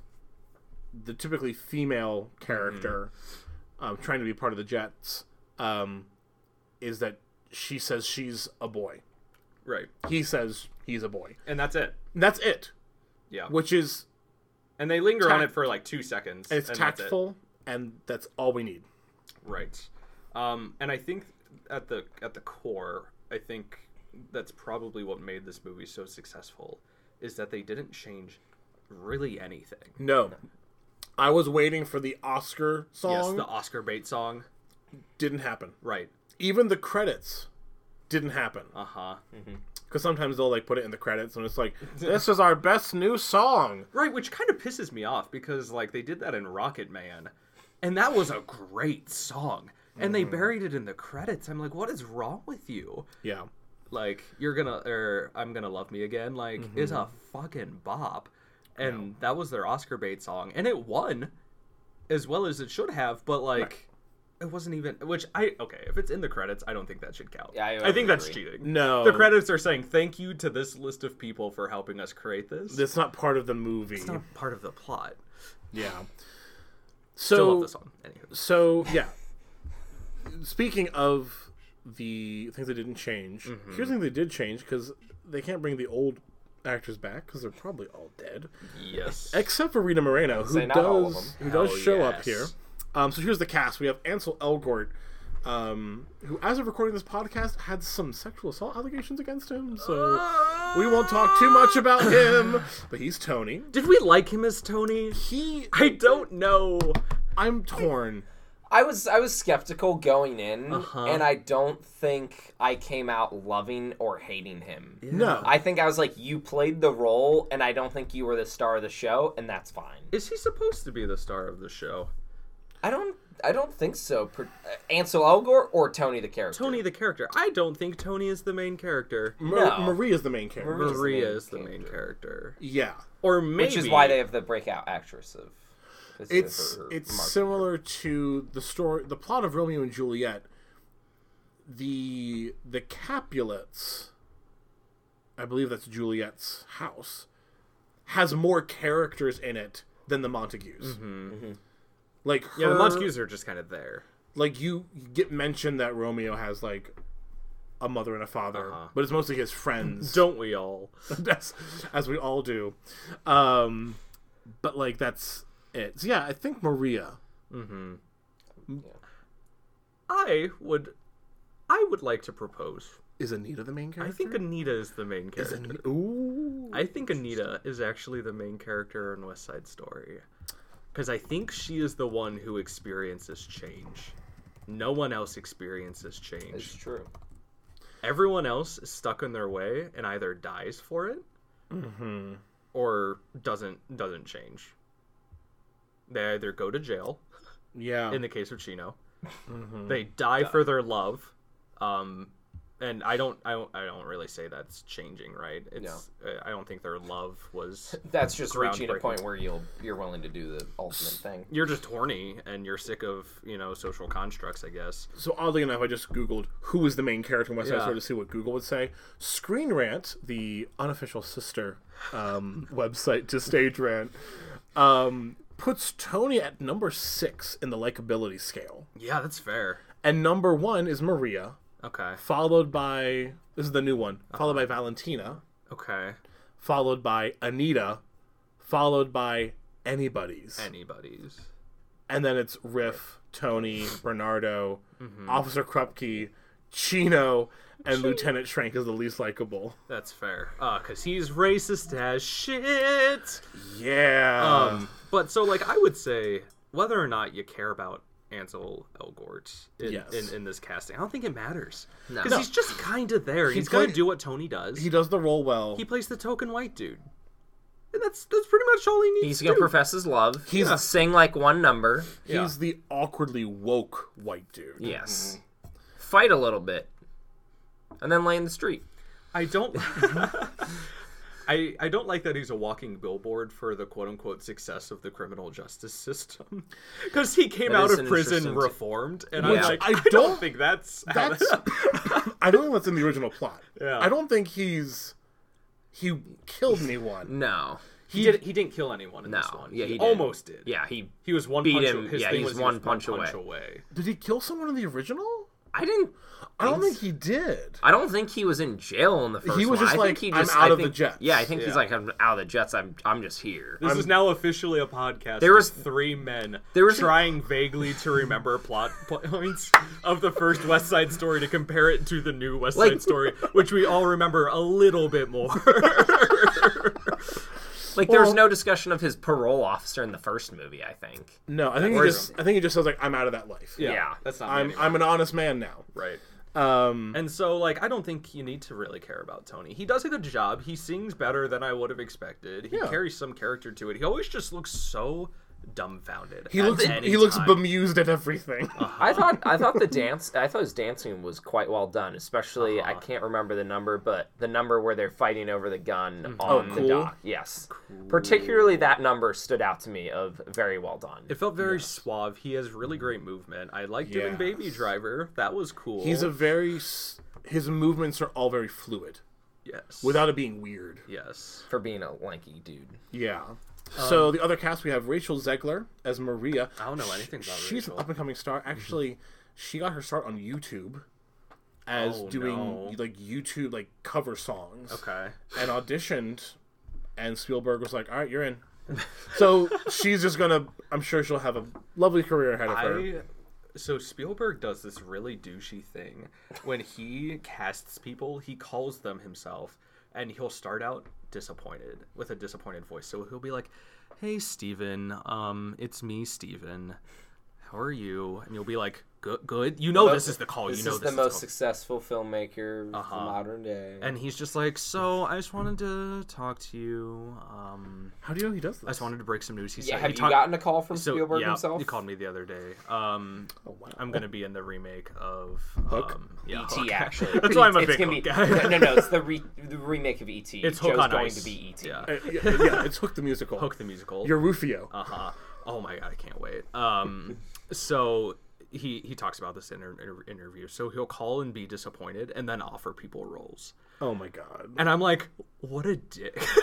[SPEAKER 2] the typically female character um, trying to be part of the Jets um, is that she says she's a boy.
[SPEAKER 4] Right.
[SPEAKER 2] He says he's a boy.
[SPEAKER 4] And that's it.
[SPEAKER 2] And that's it.
[SPEAKER 4] Yeah.
[SPEAKER 2] Which is
[SPEAKER 4] and they linger on
[SPEAKER 2] tact-
[SPEAKER 4] it for like two seconds.
[SPEAKER 2] it's
[SPEAKER 4] and that's it.
[SPEAKER 2] tactful and that's all we need.
[SPEAKER 4] Right. Um, and I think at the at the core, I think that's probably what made this movie so successful is that they didn't change really anything.
[SPEAKER 2] No. I was waiting for the Oscar
[SPEAKER 4] Yes,
[SPEAKER 2] song.
[SPEAKER 4] the Oscar bait song.
[SPEAKER 2] Didn't happen.
[SPEAKER 4] Right.
[SPEAKER 2] Even the credits didn't happen.
[SPEAKER 4] Uh huh.
[SPEAKER 2] Because sometimes they'll like put it in the credits and it's like, this is our best new song.
[SPEAKER 4] Right, which kind of pisses me off because like they did that in Rocket Man, and that was a great song. And
[SPEAKER 2] Mm-hmm.
[SPEAKER 4] they buried it in the credits. I'm like, what is wrong with you?
[SPEAKER 2] Yeah.
[SPEAKER 4] like you're gonna or i'm gonna love me again like is a fucking bop and that was their oscar bait song and it won as well as it should have but like it wasn't even which i okay if it's in the credits i don't think that should count
[SPEAKER 5] Yeah, I
[SPEAKER 4] think that's
[SPEAKER 5] agree.
[SPEAKER 4] cheating
[SPEAKER 2] No.
[SPEAKER 4] the credits are saying thank you to this list of people for helping us create this
[SPEAKER 2] That's not part of the movie.
[SPEAKER 4] it's not part of the plot
[SPEAKER 2] Yeah.
[SPEAKER 4] still love
[SPEAKER 2] So,
[SPEAKER 4] the song anyway
[SPEAKER 2] so yeah. Speaking of the things that didn't change,
[SPEAKER 4] Mm-hmm.
[SPEAKER 2] here's the thing they did change because they can't bring the old actors back because they're probably all dead.
[SPEAKER 4] yes
[SPEAKER 2] except for Rita Moreno, who
[SPEAKER 5] Say not all of
[SPEAKER 2] does
[SPEAKER 5] them.
[SPEAKER 2] who does
[SPEAKER 4] Hell
[SPEAKER 2] show up
[SPEAKER 4] yes.
[SPEAKER 2] here. Um, so here's the cast. We have Ansel Elgort, um, who, as of recording this podcast, had some sexual assault allegations against him. So we won't talk too much about him. But he's Tony.
[SPEAKER 4] did we like him as tony
[SPEAKER 2] He,
[SPEAKER 4] i don't know
[SPEAKER 2] I'm torn.
[SPEAKER 5] I was I was skeptical going in,
[SPEAKER 4] Uh-huh.
[SPEAKER 5] and I don't think I came out loving or hating him.
[SPEAKER 2] No,
[SPEAKER 5] I think I was like, you played the role, and I don't think you were the star of the show, and that's fine.
[SPEAKER 4] is he supposed to be the star of the show
[SPEAKER 5] I don't I don't think so. Per- uh, Ansel Elgort or Tony the character.
[SPEAKER 4] Tony the character. I don't think Tony is the main character.
[SPEAKER 2] Mar-
[SPEAKER 5] no.
[SPEAKER 2] Marie is the main character.
[SPEAKER 5] Marie- Maria's the
[SPEAKER 4] Maria
[SPEAKER 5] main
[SPEAKER 4] is the main character.
[SPEAKER 2] yeah,
[SPEAKER 4] Or maybe
[SPEAKER 5] which is why they have the breakout actress of. this is
[SPEAKER 2] it's
[SPEAKER 5] her- her
[SPEAKER 2] it's
[SPEAKER 5] mark.
[SPEAKER 2] similar to the story, the plot of Romeo and Juliet. The the Capulets, I believe that's Juliet's house, has more characters in it than the Montagues. Like her,
[SPEAKER 4] Mm-hmm, Yeah, the Montagues are just kind of there.
[SPEAKER 2] like you get mentioned that Romeo has like a mother and a father,
[SPEAKER 4] Uh-huh.
[SPEAKER 2] but it's mostly his friends.
[SPEAKER 4] Don't we all?
[SPEAKER 2] as, as we all do. Um, but like that's it. So, yeah, I think Maria.
[SPEAKER 4] I would, I would like to propose.
[SPEAKER 2] Is Anita the main
[SPEAKER 4] I
[SPEAKER 2] character?
[SPEAKER 4] think Anita is the main character.
[SPEAKER 2] Ooh.
[SPEAKER 4] I think Anita is actually the main character in West Side Story. Because I think she is the one who experiences change. No one else experiences
[SPEAKER 5] It's
[SPEAKER 4] change.
[SPEAKER 5] true.
[SPEAKER 4] Everyone else is stuck in their way and either dies for it or doesn't doesn't change. They either go to jail,
[SPEAKER 2] Yeah.
[SPEAKER 4] in the case of Chino, they die for their love. Um, and I don't, I don't, I don't really say that's changing, right? It's, uh, I- I don't think their love was
[SPEAKER 5] That's just reaching a
[SPEAKER 4] Groundbreaking.
[SPEAKER 5] point where you'll you're willing to do the ultimate thing.
[SPEAKER 4] you're just horny and you're sick of you know social constructs i guess
[SPEAKER 2] so oddly enough, I just googled who is the main character in West Side
[SPEAKER 4] Yeah.
[SPEAKER 2] Story to see what Google would say. Screen Rant, the unofficial sister um, website to Stage Rant, um, puts Tony at number six in the likability scale,
[SPEAKER 4] yeah that's fair
[SPEAKER 2] and number one is Maria,
[SPEAKER 4] okay
[SPEAKER 2] followed by this is the new one, followed by Valentina,
[SPEAKER 4] okay
[SPEAKER 2] followed by Anita, followed by anybody's.
[SPEAKER 4] anybody's
[SPEAKER 2] And then it's Riff, Tony, Bernardo, Officer Krupke, Chino, and Lieutenant Shrank is the least likable.
[SPEAKER 4] that's fair uh because he's racist as shit
[SPEAKER 2] Yeah.
[SPEAKER 4] um but so like i would say whether or not you care about Ansel Elgort in,
[SPEAKER 2] Yes.
[SPEAKER 4] in, in this casting. I don't think it matters
[SPEAKER 5] No.
[SPEAKER 4] because
[SPEAKER 5] No.
[SPEAKER 4] he's just kind of there. He's
[SPEAKER 2] play-
[SPEAKER 4] gonna do what Tony does.
[SPEAKER 2] he
[SPEAKER 4] He,
[SPEAKER 2] does the role well.
[SPEAKER 4] plays the token white dude, and that's that's pretty much all he needs.
[SPEAKER 5] He's
[SPEAKER 4] to
[SPEAKER 5] gonna
[SPEAKER 4] do.
[SPEAKER 5] profess his love. He's
[SPEAKER 2] Yeah.
[SPEAKER 5] sing like one number.
[SPEAKER 2] He's the awkwardly woke white dude.
[SPEAKER 5] Yes. Fight a little bit, and then lay in the street.
[SPEAKER 4] I don't. I, I don't like that he's a walking billboard for the quote unquote success of the criminal justice system, because he came
[SPEAKER 5] That
[SPEAKER 4] out
[SPEAKER 5] is
[SPEAKER 4] of
[SPEAKER 5] an
[SPEAKER 4] prison
[SPEAKER 5] interesting-
[SPEAKER 4] reformed, and
[SPEAKER 5] Yeah.
[SPEAKER 4] I'm like,
[SPEAKER 2] I
[SPEAKER 4] I,
[SPEAKER 2] don't-
[SPEAKER 4] don't think that's, how
[SPEAKER 2] That's
[SPEAKER 4] that-
[SPEAKER 2] I don't think that's in the original plot.
[SPEAKER 4] Yeah.
[SPEAKER 2] I don't think he's he killed anyone.
[SPEAKER 5] No.
[SPEAKER 4] he didn't he didn't kill anyone in
[SPEAKER 5] No.
[SPEAKER 4] this one.
[SPEAKER 5] Yeah, he did.
[SPEAKER 4] almost did.
[SPEAKER 5] Yeah, he.
[SPEAKER 4] he was one
[SPEAKER 5] beat
[SPEAKER 4] punch.
[SPEAKER 5] him.
[SPEAKER 4] His
[SPEAKER 5] Yeah,
[SPEAKER 4] thing
[SPEAKER 5] he's
[SPEAKER 4] was he
[SPEAKER 5] one
[SPEAKER 4] was
[SPEAKER 5] punch away.
[SPEAKER 2] Did he kill someone in the original?
[SPEAKER 5] I didn't.
[SPEAKER 2] I don't think he did.
[SPEAKER 5] I don't think he was in jail in the first
[SPEAKER 2] He was
[SPEAKER 5] one.
[SPEAKER 2] just
[SPEAKER 5] I
[SPEAKER 2] like,
[SPEAKER 5] think he
[SPEAKER 2] "I'm
[SPEAKER 5] just,
[SPEAKER 2] out
[SPEAKER 5] I
[SPEAKER 2] of the
[SPEAKER 5] think,
[SPEAKER 2] Jets."
[SPEAKER 5] Yeah, I think
[SPEAKER 4] Yeah.
[SPEAKER 5] he's like, I'm out of the Jets. I'm, I'm just here.
[SPEAKER 4] This is now officially a podcast.
[SPEAKER 5] There
[SPEAKER 4] of
[SPEAKER 5] was-
[SPEAKER 4] three men
[SPEAKER 5] there was a-
[SPEAKER 4] trying vaguely to remember plot points of the first West Side Story to compare it to the new West
[SPEAKER 5] Like-
[SPEAKER 4] Side Story, which we all remember a little bit more.
[SPEAKER 5] Like, there was
[SPEAKER 2] Well-
[SPEAKER 5] no discussion of his parole officer in the first movie. I think.
[SPEAKER 2] No, I think he
[SPEAKER 5] Or-
[SPEAKER 2] just I think he just sounds like I'm out of that life.
[SPEAKER 5] Yeah.
[SPEAKER 4] that's not.
[SPEAKER 2] I'm
[SPEAKER 4] me
[SPEAKER 2] I'm an honest man now.
[SPEAKER 4] right.
[SPEAKER 2] Um
[SPEAKER 4] And so, like, I don't think you need to really care about Tony. He does a good job. He sings better than I would have expected. He
[SPEAKER 2] Yeah.
[SPEAKER 4] carries some character to it. He always just looks so dumbfounded.
[SPEAKER 2] he looks he looks bemused at everything.
[SPEAKER 5] I thought I thought the dance I thought his dancing was quite well done, especially
[SPEAKER 4] Uh-huh.
[SPEAKER 5] I can't remember the number, but the number where they're fighting over the gun
[SPEAKER 4] Hmm. Oh,
[SPEAKER 5] on
[SPEAKER 2] cool.
[SPEAKER 5] the dock. Yes. Particularly that number stood out to me of very well done.
[SPEAKER 4] It felt very suave. He has really great movement. I liked him in Baby
[SPEAKER 2] Yes.
[SPEAKER 4] Driver. That was cool.
[SPEAKER 2] He's a very s- his movements are all very fluid
[SPEAKER 4] yes.
[SPEAKER 2] without it being weird.
[SPEAKER 4] yes.
[SPEAKER 5] for being a lanky dude.
[SPEAKER 2] Yeah. so the other cast we have Rachel Zegler as Maria. I
[SPEAKER 4] Um, don't know anything about
[SPEAKER 2] She's an
[SPEAKER 4] Rachel.
[SPEAKER 2] up and coming star. Actually, she got her start on YouTube as
[SPEAKER 4] Oh,
[SPEAKER 2] doing
[SPEAKER 4] no.
[SPEAKER 2] like YouTube like cover songs.
[SPEAKER 4] Okay.
[SPEAKER 2] and auditioned, and Spielberg was like, "All right, you're in." so she's just gonna. I'm sure she'll have a lovely career ahead of her.
[SPEAKER 4] I so Spielberg does this really douchey thing when he casts people, he calls them himself, and he'll start out disappointed with a disappointed voice. So he'll be like, "Hey Steven, um, it's me, Steven. How are you?" And you'll be like, "Good, good. You know this is the call. Oh, you know this is the call.
[SPEAKER 5] successful filmmaker of the modern day.
[SPEAKER 4] And he's just like, "So I just wanted to talk to you. Um,
[SPEAKER 2] How do you know he does this?
[SPEAKER 4] I just wanted to break some news." He
[SPEAKER 5] yeah,
[SPEAKER 4] said,
[SPEAKER 5] have
[SPEAKER 4] he
[SPEAKER 5] you
[SPEAKER 4] talked-
[SPEAKER 5] gotten a call from
[SPEAKER 4] so,
[SPEAKER 5] Spielberg
[SPEAKER 4] yeah,
[SPEAKER 5] himself?
[SPEAKER 4] He called me the other day. Um, I'm gonna be in the remake of
[SPEAKER 2] Oh, Hook?
[SPEAKER 4] Um, yeah,
[SPEAKER 5] ET
[SPEAKER 4] Hook.
[SPEAKER 5] E actually.
[SPEAKER 4] That's why I'm a
[SPEAKER 5] It's
[SPEAKER 4] big
[SPEAKER 5] gonna
[SPEAKER 4] Hook
[SPEAKER 5] be,
[SPEAKER 4] guy.
[SPEAKER 5] no, no, no, it's the, re, the remake of ET.
[SPEAKER 4] It's
[SPEAKER 5] Joe's
[SPEAKER 4] Hook on
[SPEAKER 5] going
[SPEAKER 4] Ice.
[SPEAKER 5] to be E ET.
[SPEAKER 4] Yeah,
[SPEAKER 2] Uh, yeah, yeah, it's Hook the musical.
[SPEAKER 4] Hook the musical.
[SPEAKER 2] You're Rufio.
[SPEAKER 4] uh-huh. Oh my god, I can't wait. Um, so he he talks about this in an inter- interview. So he'll call and be disappointed, and then offer people roles.
[SPEAKER 2] oh my god.
[SPEAKER 4] And I'm like, what a dick.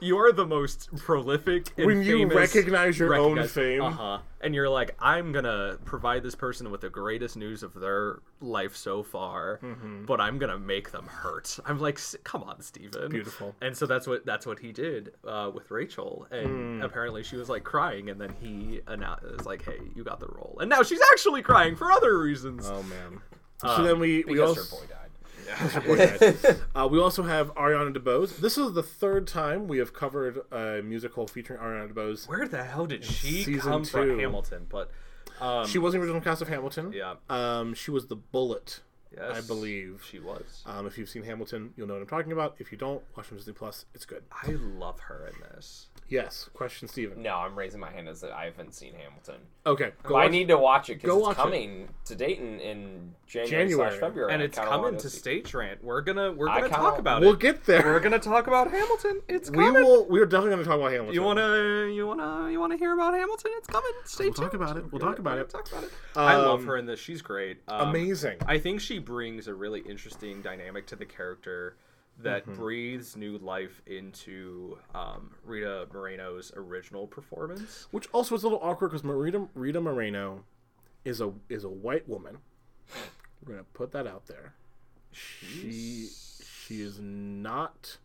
[SPEAKER 4] you are the most prolific. And
[SPEAKER 2] When you
[SPEAKER 4] famous-
[SPEAKER 2] recognize your own fame.
[SPEAKER 4] uh-huh, and you're like, I'm gonna provide this person with the greatest news of their life so far,
[SPEAKER 2] Mm-hmm.
[SPEAKER 4] but I'm gonna make them hurt. I'm like, "S- come on, Steven.
[SPEAKER 2] Beautiful.
[SPEAKER 4] And so that's what that's what he did uh, with Rachel,
[SPEAKER 2] Hmm.
[SPEAKER 4] and apparently she was like crying, and then he announced, was like, hey, you got the role, and now she's actually crying for other reasons.
[SPEAKER 2] Oh man. so
[SPEAKER 4] Um,
[SPEAKER 2] then we we
[SPEAKER 5] Because
[SPEAKER 2] also
[SPEAKER 5] her boy died.
[SPEAKER 2] uh, we also have Ariana DeBose. This is the third time we have covered a musical featuring Ariana DeBose.
[SPEAKER 4] Where the hell did she
[SPEAKER 2] season
[SPEAKER 4] come
[SPEAKER 2] two.
[SPEAKER 4] from? Hamilton, but um,
[SPEAKER 2] She was in the original cast of Hamilton.
[SPEAKER 4] yeah,
[SPEAKER 2] Um, she was the bullet, I
[SPEAKER 4] yes,
[SPEAKER 2] believe.
[SPEAKER 4] she was.
[SPEAKER 2] Um, if you've seen Hamilton, you'll know what I'm talking about. If you don't, watch on Disney Plus. It's good.
[SPEAKER 4] I love her in this.
[SPEAKER 2] Yes. Question, Steven.
[SPEAKER 5] No, I'm raising my hand as that I haven't seen Hamilton.
[SPEAKER 2] Okay.
[SPEAKER 5] But
[SPEAKER 2] Go
[SPEAKER 5] I
[SPEAKER 2] watch-
[SPEAKER 5] need to watch it
[SPEAKER 2] go
[SPEAKER 5] because
[SPEAKER 2] watch
[SPEAKER 5] it's
[SPEAKER 2] it.
[SPEAKER 5] coming to Dayton in January,
[SPEAKER 2] January.
[SPEAKER 5] slash February,
[SPEAKER 4] and it's
[SPEAKER 5] I kinda
[SPEAKER 4] coming
[SPEAKER 5] wanna
[SPEAKER 4] to
[SPEAKER 5] see-
[SPEAKER 4] stage rant. We're gonna we're
[SPEAKER 5] I
[SPEAKER 4] gonna
[SPEAKER 5] kinda-
[SPEAKER 4] talk about
[SPEAKER 2] We'll
[SPEAKER 4] it.
[SPEAKER 2] get there.
[SPEAKER 4] We're gonna talk about Hamilton. It's
[SPEAKER 2] we
[SPEAKER 4] coming.
[SPEAKER 2] will. We are definitely going to talk about Hamilton.
[SPEAKER 4] You wanna you wanna you wanna hear about Hamilton? It's coming. Stay
[SPEAKER 2] We'll
[SPEAKER 4] tuned.
[SPEAKER 2] talk about it. We'll talk about it.
[SPEAKER 4] Talk about it. I love
[SPEAKER 2] Um,
[SPEAKER 4] her in this. She's great. Um,
[SPEAKER 2] Amazing.
[SPEAKER 4] I think she brings a really interesting dynamic to the character that
[SPEAKER 2] Mm-hmm.
[SPEAKER 4] breathes new life into um, Rita Moreno's original performance.
[SPEAKER 2] Which also is a little awkward because Rita, Rita Moreno is a is a white woman. We're gonna put that out there. She she is not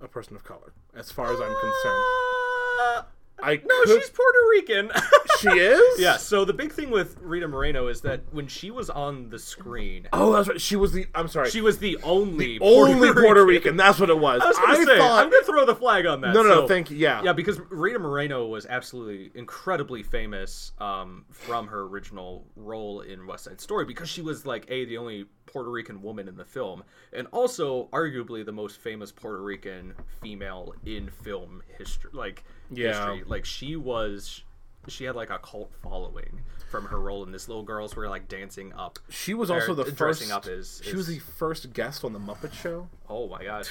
[SPEAKER 2] a person of color, as far as I'm concerned.
[SPEAKER 4] Uh,
[SPEAKER 2] I
[SPEAKER 4] no,
[SPEAKER 2] could-
[SPEAKER 4] she's Puerto Rican.
[SPEAKER 2] she is.
[SPEAKER 4] yeah. So the big thing with Rita Moreno is that when she was on the screen,
[SPEAKER 2] Oh, that's right. She was the. I'm sorry.
[SPEAKER 4] she was the only
[SPEAKER 2] only Puerto Rican. That's what it was.
[SPEAKER 4] I was gonna say,
[SPEAKER 2] thought.
[SPEAKER 4] I'm gonna throw the flag on that.
[SPEAKER 2] no, no, no.
[SPEAKER 4] So-
[SPEAKER 2] Thank you. Yeah.
[SPEAKER 4] Yeah, because Rita Moreno was absolutely incredibly famous um, from her original role in West Side Story because she was like a the only Puerto Rican woman in the film, and also arguably the most famous Puerto Rican female in film history. Like,
[SPEAKER 2] Yeah.
[SPEAKER 4] history. like she was, she had like a cult following from her role in this. Little girls were like dancing up.
[SPEAKER 2] She was also the
[SPEAKER 4] Or dressing
[SPEAKER 2] first.
[SPEAKER 4] up is-
[SPEAKER 2] She was
[SPEAKER 4] is-
[SPEAKER 2] the first guest on the Muppet Show.
[SPEAKER 4] Oh my gosh.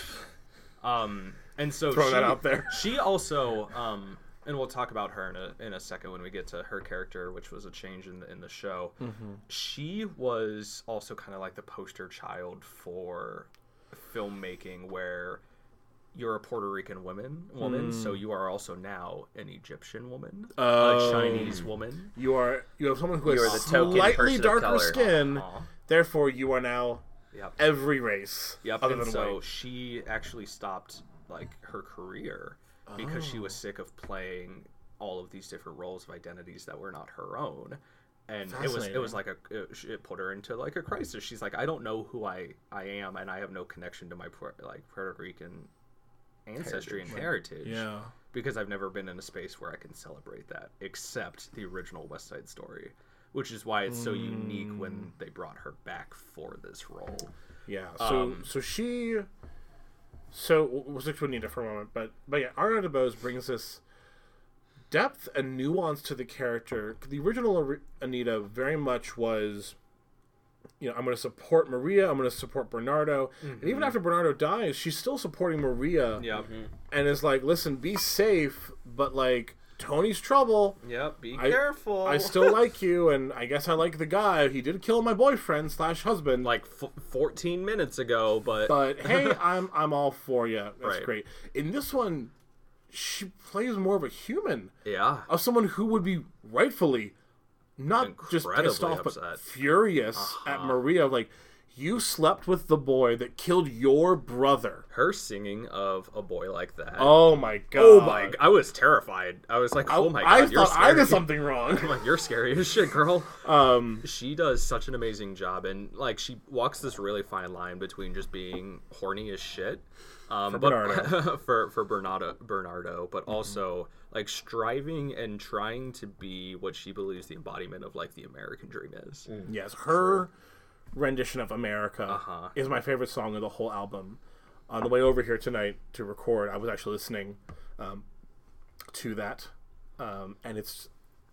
[SPEAKER 4] Um, and so
[SPEAKER 2] Throw
[SPEAKER 4] she,
[SPEAKER 2] that out there.
[SPEAKER 4] She also, um, and we'll talk about her in a, in a second when we get to her character, which was a change in the, in the show.
[SPEAKER 2] Mm-hmm.
[SPEAKER 4] She was also kind of like the poster child for filmmaking, where you're a Puerto Rican woman, woman, so
[SPEAKER 2] Mm.
[SPEAKER 4] you are also now an Egyptian woman,
[SPEAKER 2] Oh.
[SPEAKER 4] a Chinese woman.
[SPEAKER 2] You are you have someone who
[SPEAKER 5] You are
[SPEAKER 2] has
[SPEAKER 5] the token person
[SPEAKER 2] slightly
[SPEAKER 5] of
[SPEAKER 2] darker
[SPEAKER 5] color.
[SPEAKER 2] skin. Therefore, you are now
[SPEAKER 4] Yep.
[SPEAKER 2] every race
[SPEAKER 4] Yep.
[SPEAKER 2] other
[SPEAKER 4] and
[SPEAKER 2] than
[SPEAKER 4] so
[SPEAKER 2] white.
[SPEAKER 4] she actually stopped like her career because she
[SPEAKER 2] Oh.
[SPEAKER 4] was sick of playing all of these different roles of identities that were not her own. And it was it was like a it, it put her into like a crisis. She's like, I don't know who I I am, and I have no connection to my Puer- like Puerto Rican ancestry and heritage.
[SPEAKER 2] Yeah.
[SPEAKER 4] Because I've never been in a space where I can celebrate that, except the original West Side Story, which is why it's so unique
[SPEAKER 2] Hmm.
[SPEAKER 4] when they brought her back for this role.
[SPEAKER 2] Yeah. So
[SPEAKER 5] Um,
[SPEAKER 2] so she. So we'll stick to Anita for a moment, but but yeah, Ariana DeBose brings this depth and nuance to the character. The original Ari- Anita very much was, you know, I'm going to support Maria, I'm going to support Bernardo, and
[SPEAKER 5] Mm-hmm.
[SPEAKER 2] even after Bernardo dies, she's still supporting Maria.
[SPEAKER 4] Yep.
[SPEAKER 2] and is like, listen, be safe, but like Tony's trouble.
[SPEAKER 4] Yep, be
[SPEAKER 2] I-
[SPEAKER 4] careful.
[SPEAKER 2] I still like you, and I guess I like the guy. He did kill my boyfriend slash husband.
[SPEAKER 4] like f- 14 minutes ago, but,
[SPEAKER 2] but hey, I'm I'm all for you. That's
[SPEAKER 4] Right.
[SPEAKER 2] great. In this one, she plays more of a human,
[SPEAKER 4] yeah,
[SPEAKER 2] of someone who would be rightfully not
[SPEAKER 4] Incredibly
[SPEAKER 2] just pissed off, but
[SPEAKER 4] upset. Uh-huh.
[SPEAKER 2] furious at Maria. Like, you slept with the boy that killed your brother.
[SPEAKER 4] her singing of a boy like that.
[SPEAKER 2] Oh my god.
[SPEAKER 4] Oh my! I was terrified. I was like, "Oh my god!"
[SPEAKER 2] I
[SPEAKER 4] you're
[SPEAKER 2] thought I
[SPEAKER 4] scary.
[SPEAKER 2] did something wrong.
[SPEAKER 4] I'm like, "You're scary as shit, girl."
[SPEAKER 2] Um,
[SPEAKER 4] she does such an amazing job, and like, she walks this really fine line between just being horny as shit, um, for
[SPEAKER 2] Bernardo. Mm-hmm.
[SPEAKER 4] for for Bernardo, Bernardo, but also like striving and trying to be what she believes the embodiment of like the American dream is.
[SPEAKER 2] yes, her rendition of America is my favorite song of the whole album. On the way over here tonight to record, I was actually listening um, to that, um, and it's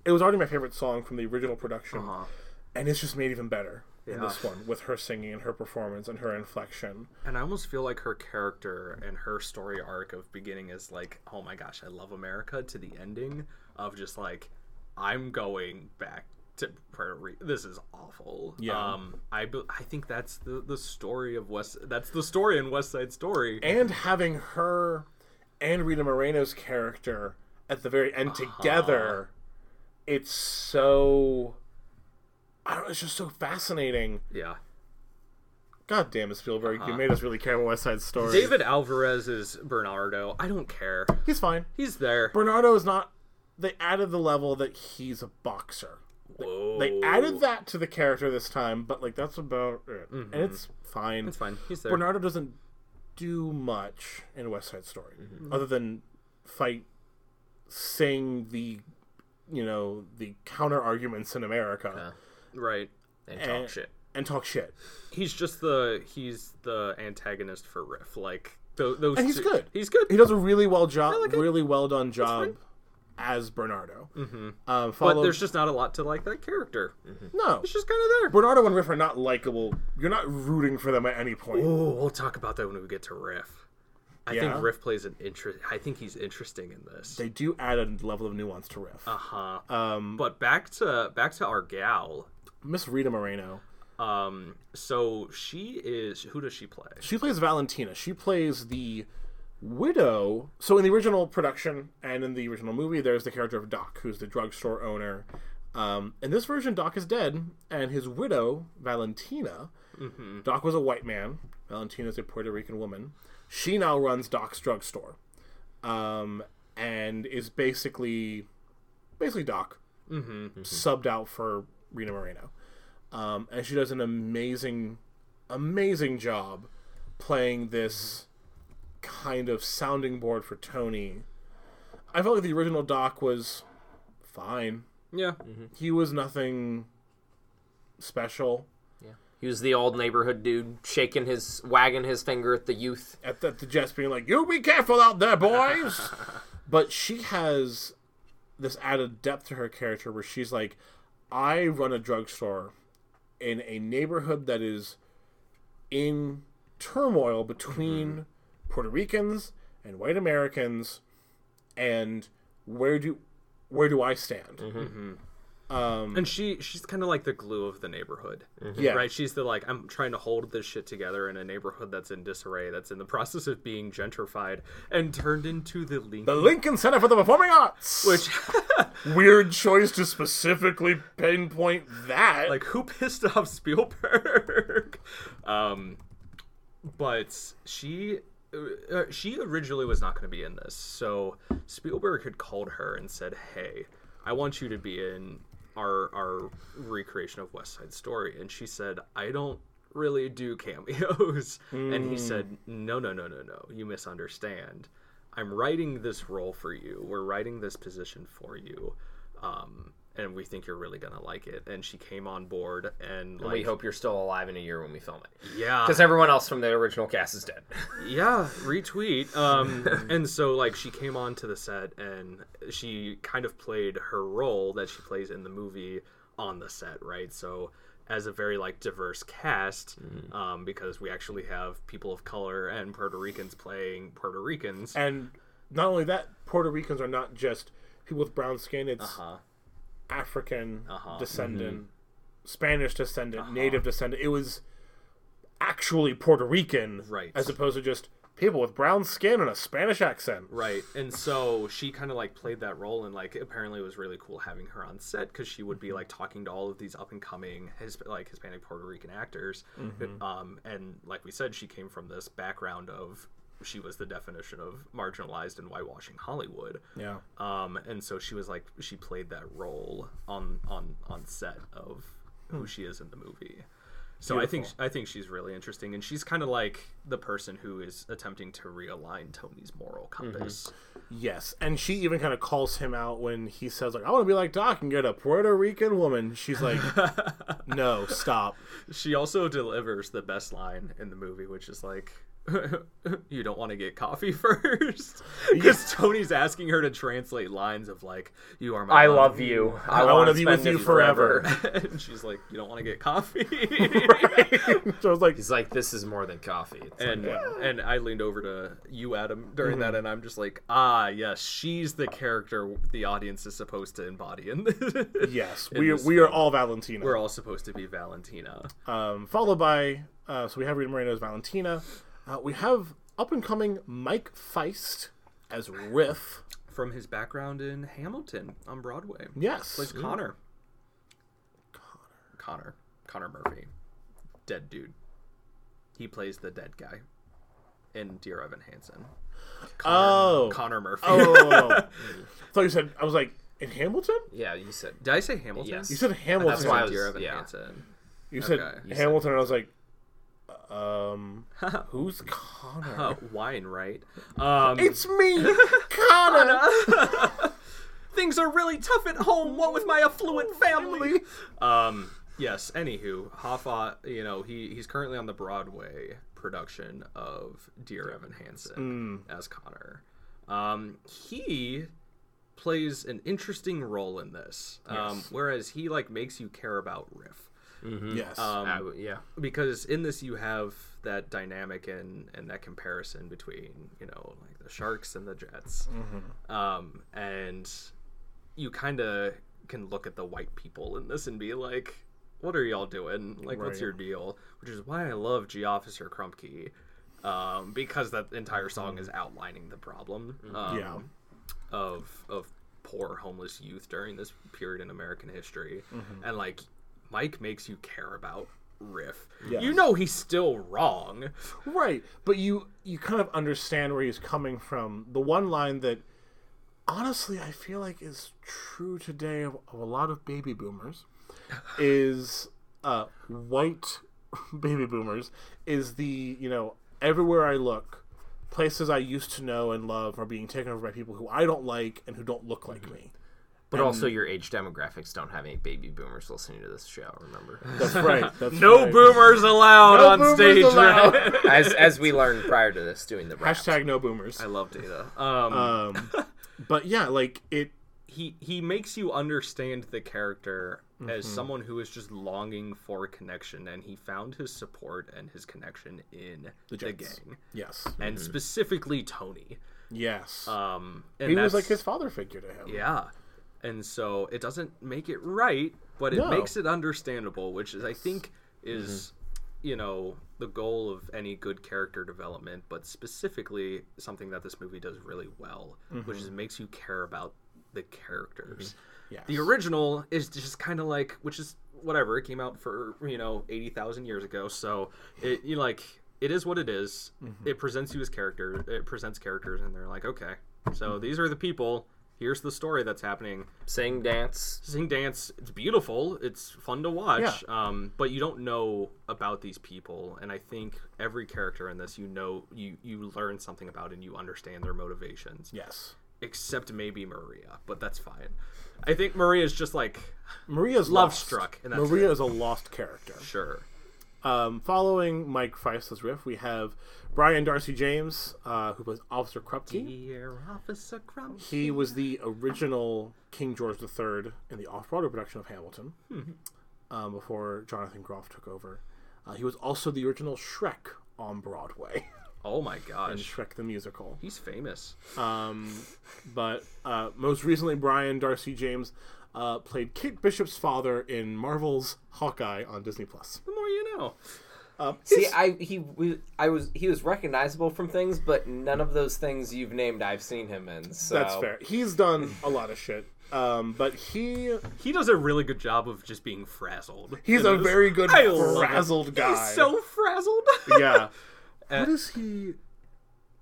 [SPEAKER 2] it was already my favorite song from the original production, and it's just made even better in this one with her singing and her performance and her inflection.
[SPEAKER 4] And I almost feel like her character and her story arc of beginning is like, oh my gosh, I love America to the ending of just like, I'm going back to Puerto Rico. This is awful.
[SPEAKER 2] Yeah.
[SPEAKER 4] Um, I, be- I think that's the, the story of West. That's the story in West Side Story.
[SPEAKER 2] and having her and Rita Moreno's character at the very end together, it's so. I don't know, it's just so fascinating.
[SPEAKER 4] Yeah.
[SPEAKER 2] God damn it, Spielberg. You made us really care about West Side Story.
[SPEAKER 4] Uh-huh. David Alvarez is Bernardo. I don't care.
[SPEAKER 2] He's fine.
[SPEAKER 4] He's there.
[SPEAKER 2] Bernardo is not. They added the level that he's a boxer.
[SPEAKER 4] Whoa.
[SPEAKER 2] They added that to the character this time, but like that's about it. And it's fine.
[SPEAKER 4] Mm-hmm. It's fine. He's there.
[SPEAKER 2] Bernardo doesn't do much in West Side Story
[SPEAKER 4] Mm-hmm.
[SPEAKER 2] other than fight, sing the, you know, the counter arguments in America
[SPEAKER 4] Right.
[SPEAKER 5] and
[SPEAKER 2] and
[SPEAKER 5] talk shit.
[SPEAKER 2] and talk shit.
[SPEAKER 4] He's just the he's the antagonist for Riff. Like tho- those.
[SPEAKER 2] And he's
[SPEAKER 4] two-
[SPEAKER 2] good.
[SPEAKER 4] He's good.
[SPEAKER 2] He does a really well job,
[SPEAKER 4] like it.
[SPEAKER 2] really well done job as Bernardo. Mm-hmm. Um,
[SPEAKER 4] but
[SPEAKER 2] followed,
[SPEAKER 4] there's just not a lot to like that character.
[SPEAKER 2] no.
[SPEAKER 4] It's just kind of there.
[SPEAKER 2] Bernardo and Riff are not likable. You're not rooting for them at any point.
[SPEAKER 4] Oh, we'll talk about that when we get to Riff. I
[SPEAKER 2] Yeah.
[SPEAKER 4] think Riff plays an interest. I think he's interesting in this.
[SPEAKER 2] They do add a level of nuance to Riff.
[SPEAKER 4] Uh huh. Um, but back to back to our gal.
[SPEAKER 2] Miss Rita Moreno.
[SPEAKER 4] Um, so she is. Who does she play?
[SPEAKER 2] She plays Valentina. She plays the widow. So in the original production and in the original movie, there's the character of Doc, who's the drugstore owner. Um, in this version, Doc is dead, and his widow, Valentina, Doc was a white man. Valentina's a Puerto Rican woman. She now runs Doc's drugstore, um, and is basically, basically Doc, subbed out for Rena Moreno, um, and she does an amazing, amazing job playing this kind of sounding board for Tony. I felt like the original Doc was fine.
[SPEAKER 4] Yeah.
[SPEAKER 2] He was nothing special.
[SPEAKER 5] He was the old neighborhood dude shaking his, wagging his finger at the youth.
[SPEAKER 2] at the, the Jets being like, "You be careful out there, boys." but she has this added depth to her character where she's like, "I run a drugstore in a neighborhood that is in turmoil between
[SPEAKER 4] Mm-hmm.
[SPEAKER 2] Puerto Ricans and white Americans, and where do where do I stand?"
[SPEAKER 4] Mm-hmm. And she she's kind of like the glue of the neighborhood.
[SPEAKER 2] Yeah,
[SPEAKER 4] Right, she's the like I'm trying to hold this shit together in a neighborhood that's in disarray, that's in the process of being gentrified and turned into the Lincoln.
[SPEAKER 2] The Lincoln Center for the Performing Arts.
[SPEAKER 4] Which,
[SPEAKER 2] weird choice to specifically pinpoint that.
[SPEAKER 4] like, who pissed off Spielberg? Um, but she uh, she originally was not going to be in this, so Spielberg had called her and said, "Hey, I want you to be in our our recreation of West Side Story," and she said, "I don't." really do cameos and he said no no no no no you misunderstand i'm writing this role for you we're writing this position for you um and we think you're really gonna like it and she came on board and like
[SPEAKER 5] We hope you're still alive in a year when we film it.
[SPEAKER 4] yeah
[SPEAKER 5] Because everyone else from the original cast is dead.
[SPEAKER 4] yeah retweet um and so like she came on to the set and she kind of played her role that she plays in the movie on the set right so as a very like diverse cast um because we actually have people of color and puerto ricans playing puerto ricans
[SPEAKER 2] And not only that, Puerto Ricans are not just people with brown skin. It's
[SPEAKER 4] Uh-huh.
[SPEAKER 2] African
[SPEAKER 4] Mm-hmm.
[SPEAKER 2] descendant, Spanish descendant,
[SPEAKER 4] Uh-huh.
[SPEAKER 2] Native descendant. It was actually Puerto Rican,
[SPEAKER 4] Right.
[SPEAKER 2] As opposed to just people with brown skin and a Spanish accent.
[SPEAKER 4] Right. And so she kind of like played that role and like apparently it was really cool having her on set cuz she would be like talking to all of these up and coming his, like Hispanic Puerto Rican actors. Um and like we said she came from this background of she was the definition of marginalized and whitewashing Hollywood.
[SPEAKER 2] Yeah.
[SPEAKER 4] Um and so she was like she played that role on on on set of
[SPEAKER 5] Hmm.
[SPEAKER 4] who she is in the movie. So I think I think she's really interesting, and she's kind of like the person who is attempting to realign Tony's moral
[SPEAKER 5] Mm-hmm.
[SPEAKER 4] compass.
[SPEAKER 2] Yes, and she even kind of calls him out when he says like, "I want to be like Doc and get a Puerto Rican woman." She's like, "No, stop."
[SPEAKER 4] She also delivers the best line in the movie, which is like, "You don't want to get coffee first? because Tony's asking her to translate lines of like, "You are my
[SPEAKER 5] I love you. I,
[SPEAKER 2] I
[SPEAKER 5] want
[SPEAKER 2] wanna
[SPEAKER 5] to
[SPEAKER 2] be with you forever.
[SPEAKER 4] and she's like, "You don't want to get coffee."
[SPEAKER 2] So I was like,
[SPEAKER 5] He's like, this is more than coffee. It's like,
[SPEAKER 4] And and I leaned over to you, Adam, during that, and I'm just like, "Ah, yes, she's the character the audience is supposed to embody." And
[SPEAKER 2] "Yes,
[SPEAKER 4] In
[SPEAKER 2] we are,
[SPEAKER 4] this
[SPEAKER 2] we are all Valentina."
[SPEAKER 4] we're all supposed to be Valentina.
[SPEAKER 2] um, followed by uh, so we have Rita Moreno's Valentina. Uh, we have up and coming Mike Feist as Riff.
[SPEAKER 4] from his background in Hamilton on Broadway.
[SPEAKER 2] Yes.
[SPEAKER 4] Plays Connor. Connor. Connor. Connor Murphy. Dead dude. He plays the dead guy in Dear Evan Hansen.
[SPEAKER 2] oh.
[SPEAKER 4] Connor Murphy.
[SPEAKER 2] oh. thought you said I was like in Hamilton.
[SPEAKER 5] Yeah, you said
[SPEAKER 4] Did I say Hamilton?
[SPEAKER 5] Yes.
[SPEAKER 2] You said Hamilton.
[SPEAKER 5] That's why I was-
[SPEAKER 4] Dear Evan
[SPEAKER 5] yeah.
[SPEAKER 4] Hansen.
[SPEAKER 2] you said
[SPEAKER 4] okay. You
[SPEAKER 2] Hamilton, and I was like, um, who's Connor?
[SPEAKER 4] Oh, wine, right? Um,
[SPEAKER 2] It's me, Connor.
[SPEAKER 4] things are really tough at home, what with my affluent family. Um, yes, anywho, Hoffa, you know, he, he's currently on the Broadway production of Dear Evan Hansen as Connor. Um, he plays an interesting role in this, um, whereas he, like, makes you care about Riff.
[SPEAKER 2] Yes.
[SPEAKER 4] Um,
[SPEAKER 5] I w- yeah.
[SPEAKER 4] because in this you have that dynamic and and that comparison between you know like the sharks and the jets um and you kind of can look at the white people in this and be like what are y'all doing like what's your deal which is why i love g officer Krumke, um because that entire song is outlining the problem um,
[SPEAKER 2] yeah.
[SPEAKER 4] of of poor homeless youth during this period in American history,
[SPEAKER 2] Mm-hmm.
[SPEAKER 4] and like Mike makes you care about Riff. You know he's still wrong.
[SPEAKER 2] Right, but you you kind of understand where he's coming from. The one line that honestly I feel like is true today of, of a lot of baby boomers is uh, white baby boomers is the you know everywhere I look places I used to know and love are being taken over by people who I don't like and who don't look
[SPEAKER 4] Mm-hmm.
[SPEAKER 2] like me.
[SPEAKER 5] But also, your age demographics don't have any baby boomers listening to this show. Remember,
[SPEAKER 2] That's right. That's
[SPEAKER 4] No
[SPEAKER 2] right.
[SPEAKER 4] boomers allowed
[SPEAKER 2] No
[SPEAKER 4] on
[SPEAKER 2] boomers
[SPEAKER 4] stage.
[SPEAKER 2] allowed.
[SPEAKER 4] right?
[SPEAKER 5] as as we learned prior to this, doing the rap.
[SPEAKER 2] Hashtag no boomers.
[SPEAKER 4] I love data. Um,
[SPEAKER 2] Um, but yeah, like it.
[SPEAKER 4] he he makes you understand the character as
[SPEAKER 2] Mm-hmm.
[SPEAKER 4] someone who is just longing for connection, and he found his support and his connection in the,
[SPEAKER 2] Jets.
[SPEAKER 4] gang,
[SPEAKER 2] Yes.
[SPEAKER 4] and specifically Tony.
[SPEAKER 2] Yes.
[SPEAKER 4] Um, and
[SPEAKER 2] he was like
[SPEAKER 4] that's-
[SPEAKER 2] his father figure to him.
[SPEAKER 4] Yeah. And so it doesn't make it right, but it
[SPEAKER 2] No.
[SPEAKER 4] makes it understandable, which is I think is you know, the goal of any good character development, but specifically something that this movie does really well, which is it makes you care about the characters.
[SPEAKER 2] Yes.
[SPEAKER 4] The original is just kind of like, which is whatever. It came out for you know eighty thousand years ago, so it you like it is what it is. It presents you as character. It presents characters, and they're like, okay, so these are the people. Here's the story that's happening.
[SPEAKER 5] Sing, dance.
[SPEAKER 4] Sing dance. It's beautiful. It's fun to watch. Um, but you don't know about these people, and I think every character in this, you know, you you learn something about, and you understand their motivations
[SPEAKER 2] Yes.
[SPEAKER 4] except maybe Maria, but that's fine. I think Maria's just like
[SPEAKER 2] Maria's
[SPEAKER 4] love
[SPEAKER 2] lost.
[SPEAKER 4] struck, and that's
[SPEAKER 2] Maria is a lost character.
[SPEAKER 4] sure.
[SPEAKER 2] Um, following Mike Feist's riff, we have Brian Darcy James, uh, who plays Officer Krupke.
[SPEAKER 4] Dear Officer Crumb.
[SPEAKER 2] He was the original King George III in the off-Broadway production of Hamilton,
[SPEAKER 4] Hmm.
[SPEAKER 2] um, before Jonathan Groff took over. Uh, he was also the original Shrek on Broadway,
[SPEAKER 4] Oh my gosh,
[SPEAKER 2] Shrek the musical.
[SPEAKER 4] he's famous.
[SPEAKER 2] But uh, most recently, Brian Darcy James uh, played Kate Bishop's father in Marvel's Hawkeye on Disney Plus.
[SPEAKER 4] The more you know.
[SPEAKER 5] See, I he was I was he was recognizable from things, but none of those things you've named I've seen him in. So
[SPEAKER 2] That's fair. He's done a lot of shit. Um, but he
[SPEAKER 4] He does a really good job of just being frazzled.
[SPEAKER 2] he's
[SPEAKER 4] in
[SPEAKER 2] a
[SPEAKER 4] this.
[SPEAKER 2] very good
[SPEAKER 4] I love it.
[SPEAKER 2] frazzled guy.
[SPEAKER 4] He's so frazzled.
[SPEAKER 2] yeah. what is he?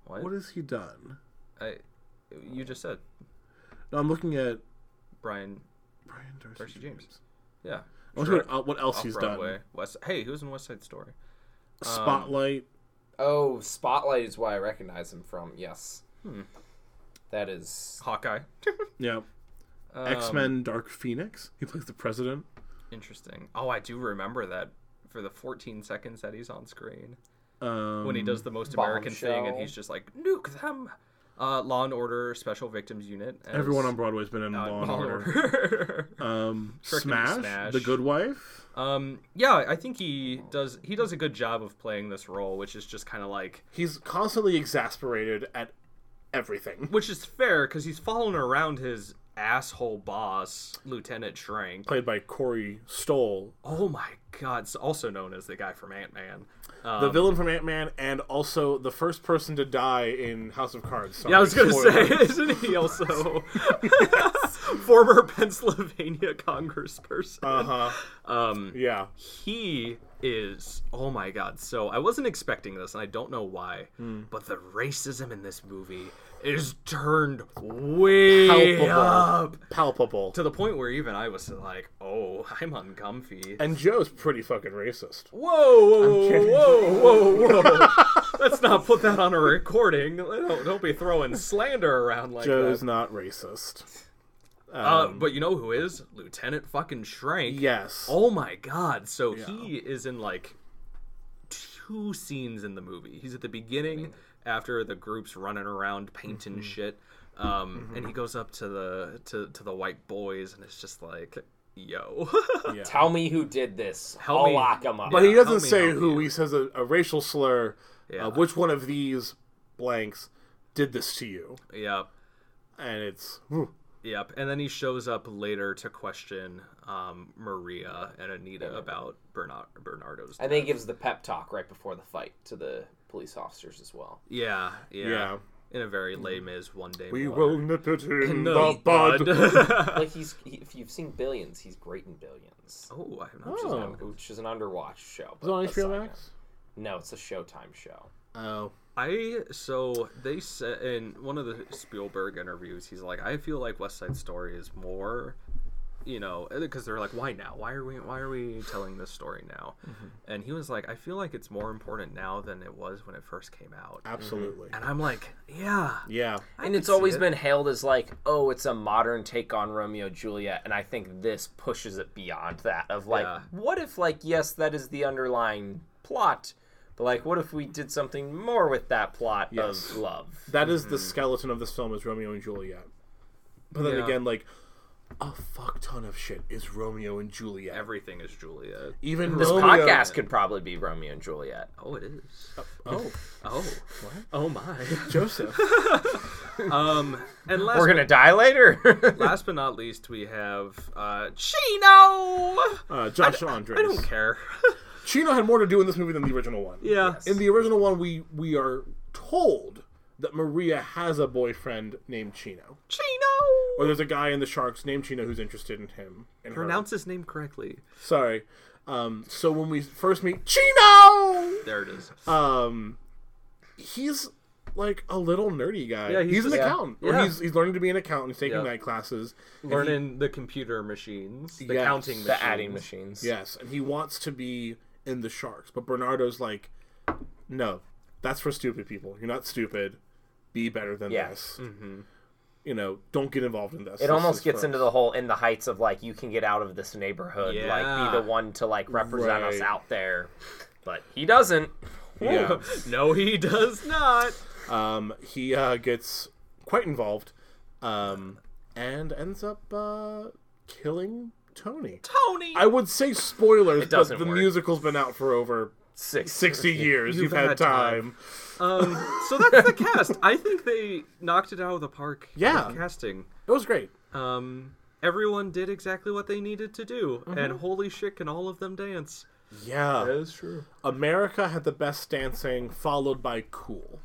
[SPEAKER 4] What?
[SPEAKER 2] What has he done?
[SPEAKER 4] I, you just said
[SPEAKER 2] No, I'm looking at
[SPEAKER 4] Brian.
[SPEAKER 2] Brian Darcy,
[SPEAKER 4] Darcy
[SPEAKER 2] James.
[SPEAKER 4] James. Yeah.
[SPEAKER 2] I'm looking at uh, what else he's
[SPEAKER 4] Broadway. Um,
[SPEAKER 2] done.
[SPEAKER 4] West. Hey, he was in West Side Story.
[SPEAKER 2] Spotlight.
[SPEAKER 5] Oh, Spotlight is why I recognize him from. Yes.
[SPEAKER 2] Hmm.
[SPEAKER 5] That is
[SPEAKER 4] Hawkeye.
[SPEAKER 2] yeah. X Men
[SPEAKER 4] um,
[SPEAKER 2] Dark Phoenix. He plays the president.
[SPEAKER 4] Interesting. Oh, I do remember that for the 14 seconds that he's on screen.
[SPEAKER 2] Um,
[SPEAKER 4] when he does the most American thing and
[SPEAKER 5] Bombshell.
[SPEAKER 4] he's just like nuke them. Uh, Law and Order Special Victims Unit. as-
[SPEAKER 2] everyone on Broadway's been in
[SPEAKER 4] uh,
[SPEAKER 2] Law and Order.
[SPEAKER 4] Order.
[SPEAKER 2] Um,
[SPEAKER 4] Shrek and
[SPEAKER 2] Smash,
[SPEAKER 4] Smash.
[SPEAKER 2] The Good Wife.
[SPEAKER 4] um, yeah, I think he does. He does a good job of playing this role, which is just kind of like,
[SPEAKER 2] He's constantly exasperated at everything.
[SPEAKER 4] which is fair because he's following around his asshole boss, Lieutenant Shrank.
[SPEAKER 2] Played by Corey Stoll,
[SPEAKER 4] Oh my God, it's also known as the guy from Uh, Ant Man.
[SPEAKER 2] the
[SPEAKER 4] Um,
[SPEAKER 2] villain from Ant Man, and also the first person to die in House of Cards. Sorry,
[SPEAKER 4] Yeah, I was gonna
[SPEAKER 2] spoiler.
[SPEAKER 4] say, isn't he also former Pennsylvania congressperson?
[SPEAKER 2] Uh huh.
[SPEAKER 4] Um,
[SPEAKER 2] Yeah.
[SPEAKER 4] he is oh my god so i wasn't expecting this and i don't know why but the racism in this movie is turned way
[SPEAKER 2] Palpable.
[SPEAKER 4] up
[SPEAKER 2] Palpable.
[SPEAKER 4] to the point where even i was like oh i'm uncomfy
[SPEAKER 2] And Joe's pretty fucking racist.
[SPEAKER 4] whoa whoa whoa whoa whoa let's not put that on a recording don't, don't be throwing slander around like
[SPEAKER 2] Joe's
[SPEAKER 4] that
[SPEAKER 2] not racist.
[SPEAKER 4] uh, but you know who is lieutenant fucking shrank
[SPEAKER 2] Yes.
[SPEAKER 4] Oh my god. So he is in like two scenes in the movie. He's at the beginning after the group's running around
[SPEAKER 2] Mm-hmm.
[SPEAKER 4] painting shit. Um, and he goes up to the to, to the white boys and it's just like, yo.
[SPEAKER 2] Yeah.
[SPEAKER 5] Tell me who did this.
[SPEAKER 4] Help
[SPEAKER 5] I'll
[SPEAKER 4] me.
[SPEAKER 5] lock him up.
[SPEAKER 2] But he
[SPEAKER 4] Yeah, help
[SPEAKER 2] doesn't
[SPEAKER 4] me
[SPEAKER 2] say
[SPEAKER 4] help
[SPEAKER 2] who.
[SPEAKER 4] you.
[SPEAKER 2] He says a, a racial slur.
[SPEAKER 4] Yeah.
[SPEAKER 2] Uh, which one of these blanks did this to you?
[SPEAKER 4] yep.
[SPEAKER 2] And it's whew,
[SPEAKER 4] Yep. And then he shows up later to question um, Maria and Anita about Bernard Bernardo's.
[SPEAKER 5] and then he gives the pep talk right before the fight to the police officers as well.
[SPEAKER 4] yeah, yeah.
[SPEAKER 2] Yeah. Mm.
[SPEAKER 4] In a very lame is one day.
[SPEAKER 2] we
[SPEAKER 4] more.
[SPEAKER 2] will nip it in, the,
[SPEAKER 4] No,
[SPEAKER 2] bud.
[SPEAKER 4] bud.
[SPEAKER 5] Like he's, he, if you've seen Billions, he's great in Billions, Um,
[SPEAKER 4] oh, I have not
[SPEAKER 2] Oh.
[SPEAKER 5] which is an underwatched show.
[SPEAKER 2] Is it on
[SPEAKER 5] that's
[SPEAKER 2] HBO
[SPEAKER 5] not
[SPEAKER 2] Max?
[SPEAKER 5] good. No, it's a Showtime show.
[SPEAKER 2] Oh,
[SPEAKER 4] I so they said in one of the Spielberg interviews, he's like, I feel like West Side Story is more, you know, because they're like, why now? Why are we? Why are we telling this story now? And he was like, I feel like it's more important now than it was when it first came out.
[SPEAKER 2] absolutely.
[SPEAKER 4] And I'm like, yeah,
[SPEAKER 2] Yeah.
[SPEAKER 4] I
[SPEAKER 5] and
[SPEAKER 4] could
[SPEAKER 5] it's always
[SPEAKER 4] see it.
[SPEAKER 5] been hailed as like, oh, it's a modern take on Romeo and Juliet, and I think this pushes it beyond that. Of like,
[SPEAKER 4] Yeah.
[SPEAKER 5] what if like, yes, that is the underlying plot, but like, what if we did something more with that plot
[SPEAKER 2] Yes.
[SPEAKER 5] of love?
[SPEAKER 2] That is the skeleton of this film is Romeo and Juliet. But then
[SPEAKER 4] Mm-hmm. Yeah.
[SPEAKER 2] again, like a fuck ton of shit is Romeo and Juliet.
[SPEAKER 4] everything is Juliet.
[SPEAKER 2] Even
[SPEAKER 5] This
[SPEAKER 2] Romeo-
[SPEAKER 4] uh,
[SPEAKER 5] podcast could probably be Romeo and Juliet.
[SPEAKER 4] Oh, it is.
[SPEAKER 2] Oh,
[SPEAKER 4] Oh, oh my.
[SPEAKER 2] Joseph. Uh,
[SPEAKER 4] Um, and last
[SPEAKER 5] We're gonna die later.
[SPEAKER 4] last but not least, we have uh Chino.
[SPEAKER 2] Uh, Josh Andres.
[SPEAKER 4] I don't care.
[SPEAKER 2] Chino had more to do in this movie than the original one.
[SPEAKER 4] yeah.
[SPEAKER 2] In the original one, we we are told that Maria has a boyfriend named Chino,
[SPEAKER 4] Chino.
[SPEAKER 2] or there's a guy in the Sharks named Chino who's interested in him. And her.
[SPEAKER 4] Pronounce his name correctly.
[SPEAKER 2] Sorry. Um, so when we first meet Chino,
[SPEAKER 4] There it is.
[SPEAKER 2] um, he's like a little nerdy guy.
[SPEAKER 4] Yeah,
[SPEAKER 2] he's,
[SPEAKER 4] he's
[SPEAKER 2] an
[SPEAKER 4] just-
[SPEAKER 2] accountant. Or
[SPEAKER 4] Yeah.
[SPEAKER 2] he's he's learning to be an accountant. He's taking
[SPEAKER 4] Yeah.
[SPEAKER 2] night classes. and he-
[SPEAKER 4] Learning the computer machines, the
[SPEAKER 2] Yes.
[SPEAKER 4] counting machines.
[SPEAKER 5] the adding machines.
[SPEAKER 2] yes, and he wants to be in the Sharks, but Bernardo's like, no, that's for stupid people. You're not stupid. Be better than
[SPEAKER 5] Yeah. Mm-hmm.
[SPEAKER 2] this. You know, don't get involved in this.
[SPEAKER 5] It almost gets into the whole in the heights of like you can get out of this neighborhood, like
[SPEAKER 4] Yeah.
[SPEAKER 5] be the one to like represent us
[SPEAKER 2] Right.
[SPEAKER 5] out there, but he doesn't.
[SPEAKER 2] Yeah.
[SPEAKER 4] no, he does not.
[SPEAKER 2] um, he uh, gets quite involved, um, and ends up uh, killing Tony.
[SPEAKER 4] Tony.
[SPEAKER 2] I would say spoilers, but
[SPEAKER 5] doesn't
[SPEAKER 2] the
[SPEAKER 5] work.
[SPEAKER 2] musical's been out for over
[SPEAKER 5] Six.
[SPEAKER 2] sixty years. You've, had, time.
[SPEAKER 4] Um, so that's the cast. I think they knocked it out of the park. with
[SPEAKER 2] Yeah.
[SPEAKER 4] casting.
[SPEAKER 2] It was great.
[SPEAKER 4] Um, everyone did exactly what they needed to do, and holy shit, can all of them dance?
[SPEAKER 2] Yeah,
[SPEAKER 4] is true.
[SPEAKER 2] America had the best dancing, followed by Cool.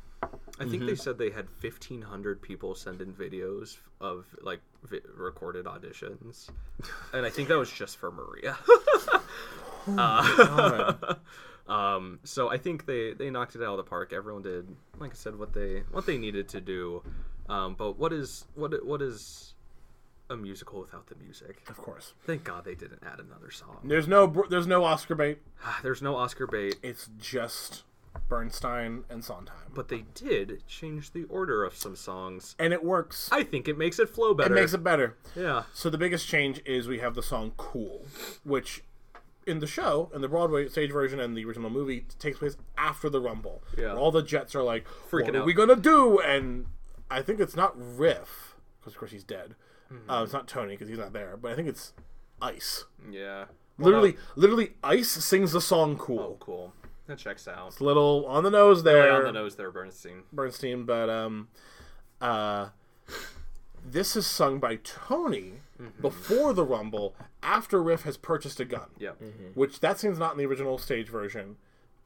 [SPEAKER 4] I think
[SPEAKER 2] Mm-hmm.
[SPEAKER 4] they said they had fifteen hundred people send in videos of like vi- recorded auditions, and I think that was just for Maria.
[SPEAKER 2] Oh
[SPEAKER 4] Uh, um, so I think they they knocked it out of the park. Everyone did, like I said, what they what they needed to do. Um, but what is what what is a musical without the music?
[SPEAKER 2] Of course,
[SPEAKER 4] Thank God they didn't add another song. Ah,
[SPEAKER 2] there's no br- there's no Oscar bait.
[SPEAKER 4] There's no Oscar bait.
[SPEAKER 2] It's just Bernstein and Sondheim,
[SPEAKER 4] But they did change the order of some songs.
[SPEAKER 2] and it works.
[SPEAKER 4] I think it makes it flow
[SPEAKER 2] It
[SPEAKER 4] better.
[SPEAKER 2] makes it better.
[SPEAKER 4] yeah.
[SPEAKER 2] So the biggest change is we have the song "Cool," which in the show, in the Broadway stage version and the original movie, takes place after the Rumble.
[SPEAKER 4] Yeah.
[SPEAKER 2] All the Jets are like,
[SPEAKER 4] Freaking
[SPEAKER 2] "What are
[SPEAKER 4] out.
[SPEAKER 2] we gonna do?" And I think it's not Riff because of course he's dead. Uh, it's not Tony because he's not there, but I think it's Ice.
[SPEAKER 4] Yeah.
[SPEAKER 2] Literally, literally, Ice sings the song "Cool."
[SPEAKER 4] Oh, cool. That checks out.
[SPEAKER 2] It's a little on the nose there.
[SPEAKER 4] Right on the nose there, Bernstein.
[SPEAKER 2] Bernstein, but um, uh, This is sung by Tony
[SPEAKER 4] Mm-hmm.
[SPEAKER 2] before the Rumble, after Riff has purchased a gun,
[SPEAKER 4] Yeah.
[SPEAKER 5] Mm-hmm,
[SPEAKER 2] which that scene's not in the original stage version,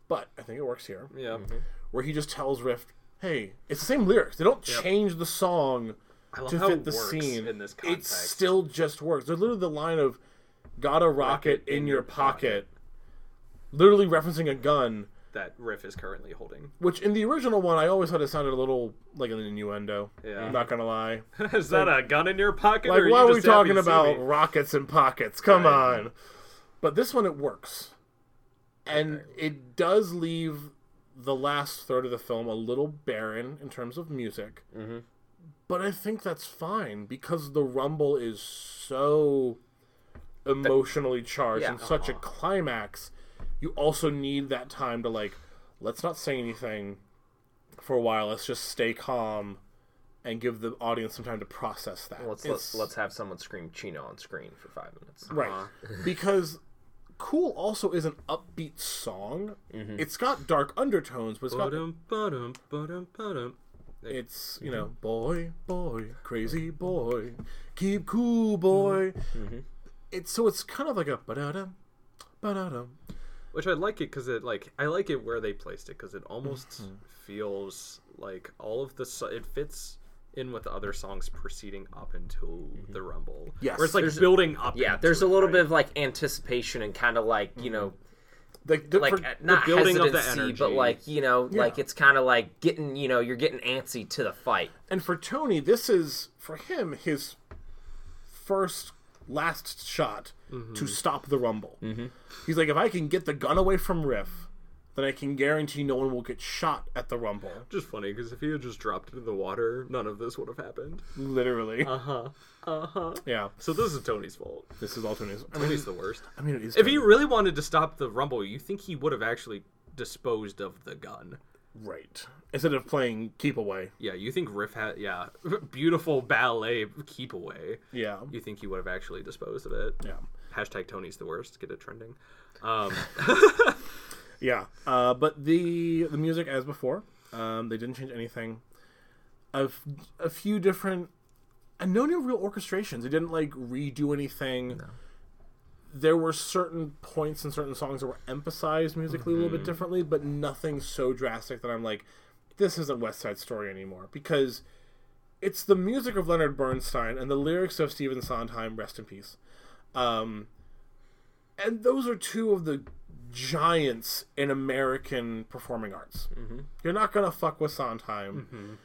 [SPEAKER 2] but I think it works here,
[SPEAKER 4] Yeah.
[SPEAKER 5] mm-hmm.
[SPEAKER 2] where he just tells Riff, "Hey, it's the same lyrics. They don't change the song
[SPEAKER 4] love
[SPEAKER 2] to
[SPEAKER 4] how
[SPEAKER 2] fit
[SPEAKER 4] it
[SPEAKER 2] the
[SPEAKER 4] works
[SPEAKER 2] scene.
[SPEAKER 4] in this
[SPEAKER 2] it
[SPEAKER 4] context.
[SPEAKER 2] still just works. They're literally the line of "Got a rocket, in, your pocket," literally referencing a gun."
[SPEAKER 4] That riff is currently holding.
[SPEAKER 2] Which in the original one, I always thought it sounded a little like an innuendo.
[SPEAKER 4] Yeah.
[SPEAKER 2] I'm not gonna lie.
[SPEAKER 4] is that a gun in your
[SPEAKER 2] Mm-hmm.
[SPEAKER 4] pocket?
[SPEAKER 2] Like,
[SPEAKER 4] or
[SPEAKER 2] why
[SPEAKER 4] you
[SPEAKER 2] are we
[SPEAKER 4] just happy
[SPEAKER 2] talking
[SPEAKER 4] to see
[SPEAKER 2] about
[SPEAKER 4] me?
[SPEAKER 2] rockets and pockets? Come on. But this one, it works. And it does leave the last third of the film a little barren in terms of music. Mm-hmm. But I think that's fine because the rumble is so emotionally charged
[SPEAKER 5] Yeah.
[SPEAKER 2] and such
[SPEAKER 4] Uh-huh.
[SPEAKER 2] a climax. You also need that time to, like, let's not say anything for a while. Let's just stay calm and give the audience some time to process that.
[SPEAKER 5] Let's
[SPEAKER 2] It's-
[SPEAKER 5] let's, let's uh. have someone scream Chino on screen for five minutes. Um,
[SPEAKER 2] Right. because Cool also is an upbeat song.
[SPEAKER 5] Mm-hmm.
[SPEAKER 2] It's got dark undertones, but it's got
[SPEAKER 4] Ba-dum, ba-dum, ba-dum, ba-dum.
[SPEAKER 2] it's, you
[SPEAKER 5] Mm-hmm.
[SPEAKER 2] know, boy, boy, crazy boy, keep cool boy.
[SPEAKER 5] Mm-hmm.
[SPEAKER 2] It's so it's kind of like a ba-da-dum, ba-da-dum.
[SPEAKER 4] Which I like it because it like I like it where they placed it because it almost
[SPEAKER 5] Mm-hmm.
[SPEAKER 4] feels like all of the so- it fits in with the other songs preceding up until the rumble.
[SPEAKER 2] Yes.
[SPEAKER 4] where it's like building up.
[SPEAKER 5] Mm-hmm. Yeah,
[SPEAKER 4] into
[SPEAKER 5] there's a
[SPEAKER 4] it,
[SPEAKER 5] little
[SPEAKER 4] right?
[SPEAKER 5] bit of like anticipation and kind of like you know
[SPEAKER 2] Like, the,
[SPEAKER 5] like
[SPEAKER 2] for-
[SPEAKER 5] uh, not
[SPEAKER 4] building of the
[SPEAKER 5] hesitancy, but
[SPEAKER 4] energy.
[SPEAKER 5] like you know, like it's kind of like getting you know, you're getting antsy to the fight.
[SPEAKER 2] and for Tony, this is for him his first last shot to stop the rumble. Mm-hmm. He's like, if I can get the gun away from Riff, then I can guarantee no one will get shot at the rumble.
[SPEAKER 4] Just funny because if he had just dropped it in the water, none of this would have happened.
[SPEAKER 2] Literally. Uh huh. Uh huh. Yeah.
[SPEAKER 4] So this is Tony's fault.
[SPEAKER 2] This is all Tony's. I mean,
[SPEAKER 4] Tony's the worst.
[SPEAKER 2] I mean, it is.
[SPEAKER 4] If he
[SPEAKER 2] Tony.
[SPEAKER 4] really wanted to stop the rumble, you think he would have actually disposed of the gun?
[SPEAKER 2] right instead of playing keep away.
[SPEAKER 4] Yeah, you think Riff had yeah, beautiful ballet keep away.
[SPEAKER 2] Yeah.
[SPEAKER 4] You think he would have actually disposed of it?
[SPEAKER 2] Yeah.
[SPEAKER 4] Hashtag Tony's the worst. Get it trending. Um,
[SPEAKER 2] Yeah. Uh, but the the music as before. Um, they didn't change anything. A, f- a few different and no new real orchestrations. They didn't like redo anything. There were certain points in certain songs that were emphasized musically a little bit differently, but nothing so drastic that I'm like, this isn't West Side Story anymore because it's the music of Leonard Bernstein and the lyrics of Stephen Sondheim, rest in peace. Um, and those are two of the giants in American performing arts. You're not gonna fuck with Sondheim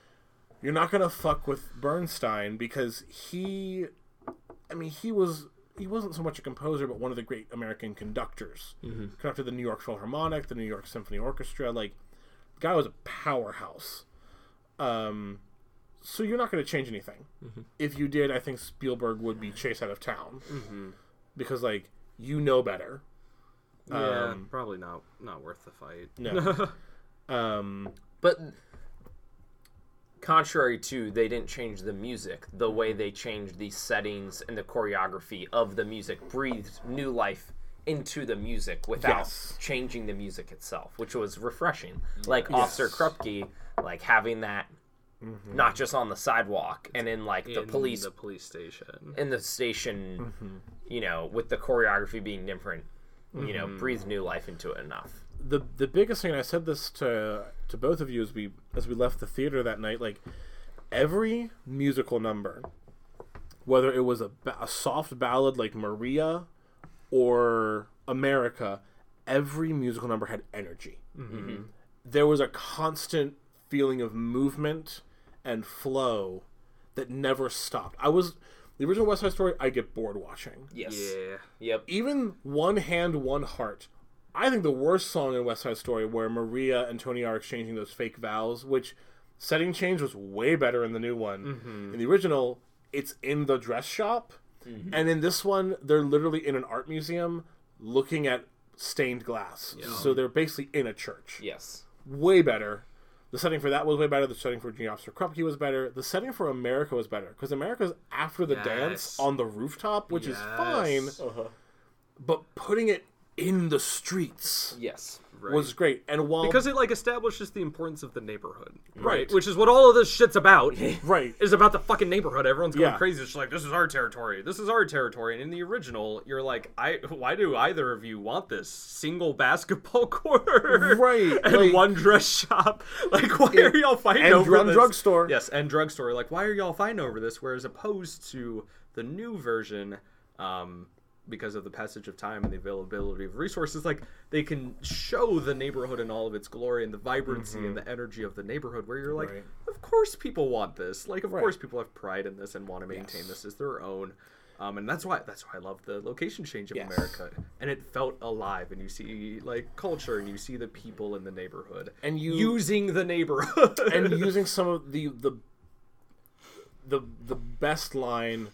[SPEAKER 2] you're not gonna fuck with Bernstein because he, I mean, he was he wasn't so much a composer, but one of the great American conductors. Conducted the New York Philharmonic, the New York Symphony Orchestra. Like, the guy was a powerhouse. Um, so you're not gonna change anything. If you did, I think Spielberg would be chased out of town because, like, you know better.
[SPEAKER 4] yeah, probably not not worth the fight.
[SPEAKER 2] No. um,
[SPEAKER 5] But contrary to they didn't change the music, the way they changed the settings and the choreography of the music breathed new life into the music without
[SPEAKER 2] Yes.
[SPEAKER 5] changing the music itself, which was refreshing. Like Officer Krupke, like having that not just on the sidewalk and in like the
[SPEAKER 4] In
[SPEAKER 5] police
[SPEAKER 4] the police station.
[SPEAKER 5] in the station, you know, with the choreography being different, you know, breathe new life into it enough.
[SPEAKER 2] the the biggest thing and I said this to to both of you as we as we left the theater that night like every musical number whether it was a, ba- a soft ballad like Maria or America every musical number had energy there was a constant feeling of movement and flow that never stopped I was the original West Side Story I get bored watching
[SPEAKER 5] Yes.
[SPEAKER 4] Yeah.
[SPEAKER 5] Yep.
[SPEAKER 2] even one hand one heart i think the worst song in west side story where maria and tony are exchanging those fake vows which setting change was way better in the new one in the original it's in the dress shop and in this one they're literally in an art museum looking at stained glass so they're basically in a church
[SPEAKER 5] Yes.
[SPEAKER 2] way better the setting for that was way better. The setting for Junior Officer Krupke was better. The setting for America was better because America's after the dance
[SPEAKER 4] Yes.
[SPEAKER 2] on the rooftop, which is fine
[SPEAKER 4] Yes.
[SPEAKER 2] but putting it in the streets
[SPEAKER 5] Yes.
[SPEAKER 4] Right.
[SPEAKER 2] was great. And while
[SPEAKER 4] because it like establishes the importance of the neighborhood,
[SPEAKER 2] Right.
[SPEAKER 4] Which is what all of this shit's about.
[SPEAKER 2] right,
[SPEAKER 4] Is about the fucking neighborhood. Everyone's going
[SPEAKER 2] Yeah.
[SPEAKER 4] crazy. It's just like this is our territory. This is our territory. And in the original, you're like, I. Why do either of you want this single basketball court?
[SPEAKER 2] Right,
[SPEAKER 4] And
[SPEAKER 2] like-
[SPEAKER 4] one dress shop. Like, why are y'all fighting
[SPEAKER 2] and
[SPEAKER 4] over
[SPEAKER 2] drug-
[SPEAKER 4] this?
[SPEAKER 2] drugstore.
[SPEAKER 4] Yes, and drugstore. Like, why are y'all fighting over this? Whereas opposed to the new version, um, because of the passage of time and the availability of resources, like they can show the neighborhood in all of its glory and the vibrancy and the energy of the neighborhood. Where you're like,
[SPEAKER 2] Mm-hmm. Right.
[SPEAKER 4] of course people want this. Like, of
[SPEAKER 2] Right.
[SPEAKER 4] course people have pride in this and want to maintain this as their own. Um, and that's why that's why I love the location change of
[SPEAKER 2] Yes.
[SPEAKER 4] America, and it felt alive. And you see like culture, and you see the people in the neighborhood,
[SPEAKER 2] And you-
[SPEAKER 4] using the neighborhood,
[SPEAKER 2] and using some of the the the the best line,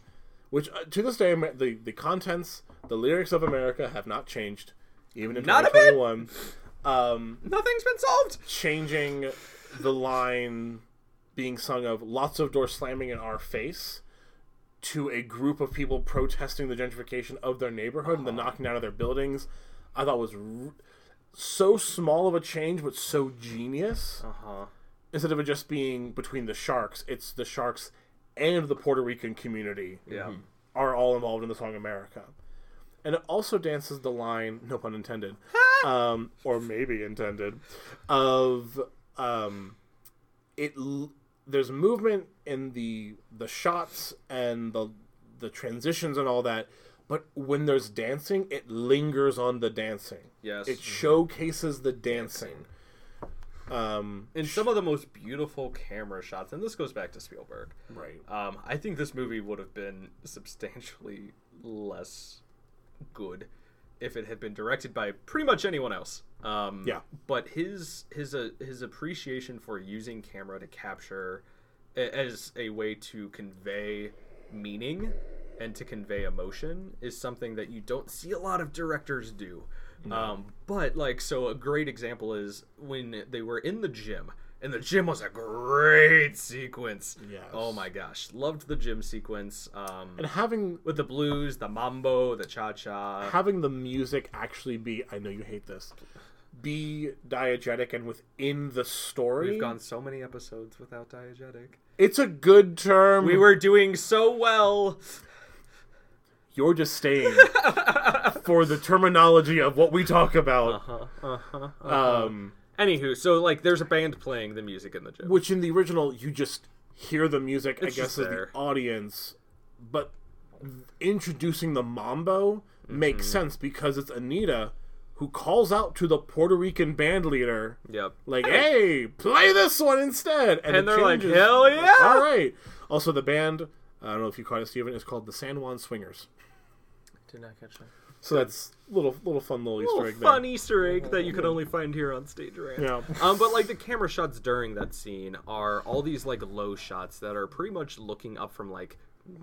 [SPEAKER 2] which uh, to this day Amer- the the contents, the lyrics of America have not changed, even in
[SPEAKER 4] Not a bit!
[SPEAKER 2] 2021. Um,
[SPEAKER 4] nothing's been solved.
[SPEAKER 2] changing the line being sung of lots of doors slamming in our face to a group of people protesting the gentrification of their neighborhood and the knocking down of their buildings i thought was r- so small of a change but so genius
[SPEAKER 4] Uh-huh.
[SPEAKER 2] instead of it just being between the sharks it's the sharks and the puerto rican community
[SPEAKER 4] Yeah.
[SPEAKER 2] are all involved in the song America. And it also dances the line, no pun intended, um, or maybe intended, of um, it. L- there's movement in the the shots and the the transitions and all that, but when there's dancing, it lingers on the dancing.
[SPEAKER 4] Yes.
[SPEAKER 2] It showcases the Mm-hmm. dancing. Um,
[SPEAKER 4] in some of the most beautiful camera shots, and this goes back to Spielberg.
[SPEAKER 2] right.
[SPEAKER 4] Um, I think this movie would have been substantially less good if it had been directed by pretty much anyone else. Um,
[SPEAKER 2] Yeah.
[SPEAKER 4] But his his uh, his appreciation for using camera to capture a- as a way to convey meaning and to convey emotion is something that you don't see a lot of directors do. Um, but like, so a great example is when they were in the gym. And the gym was a great sequence.
[SPEAKER 2] Yes.
[SPEAKER 4] Oh my gosh, loved the gym sequence. Um,
[SPEAKER 2] And having
[SPEAKER 4] with the blues, the mambo, the cha cha.
[SPEAKER 2] having the music actually be I know you hate this be diegetic and within the story
[SPEAKER 4] We've gone so many episodes without diegetic.
[SPEAKER 2] it's a good term
[SPEAKER 4] We were doing so well.
[SPEAKER 2] you're just staying for the terminology of what we talk about
[SPEAKER 4] Uh-huh,
[SPEAKER 2] um
[SPEAKER 4] Anywho, so like, there's a band playing the music in the gym.
[SPEAKER 2] which in the original you just hear the music I guess
[SPEAKER 4] It's just
[SPEAKER 2] as
[SPEAKER 4] there.
[SPEAKER 2] the audience but introducing the mambo
[SPEAKER 4] Mm-hmm.
[SPEAKER 2] makes sense because it's Anita who calls out to the Puerto Rican band leader
[SPEAKER 4] Yep.
[SPEAKER 2] like, hey, play this one instead. And,
[SPEAKER 4] And
[SPEAKER 2] it
[SPEAKER 4] they're like,
[SPEAKER 2] changes.
[SPEAKER 4] "Hell yeah!"
[SPEAKER 2] All right. Also, the band, I don't know if you caught it, Steven, is called the San Juan Swingers.
[SPEAKER 5] Did not catch that.
[SPEAKER 2] So that's little little fun little, Easter
[SPEAKER 4] Little
[SPEAKER 2] egg
[SPEAKER 4] fun Easter egg that you can only find here on stage rant.
[SPEAKER 2] there. Yeah.
[SPEAKER 4] um, but like the camera shots during that scene are all these like low shots that are pretty much looking up from like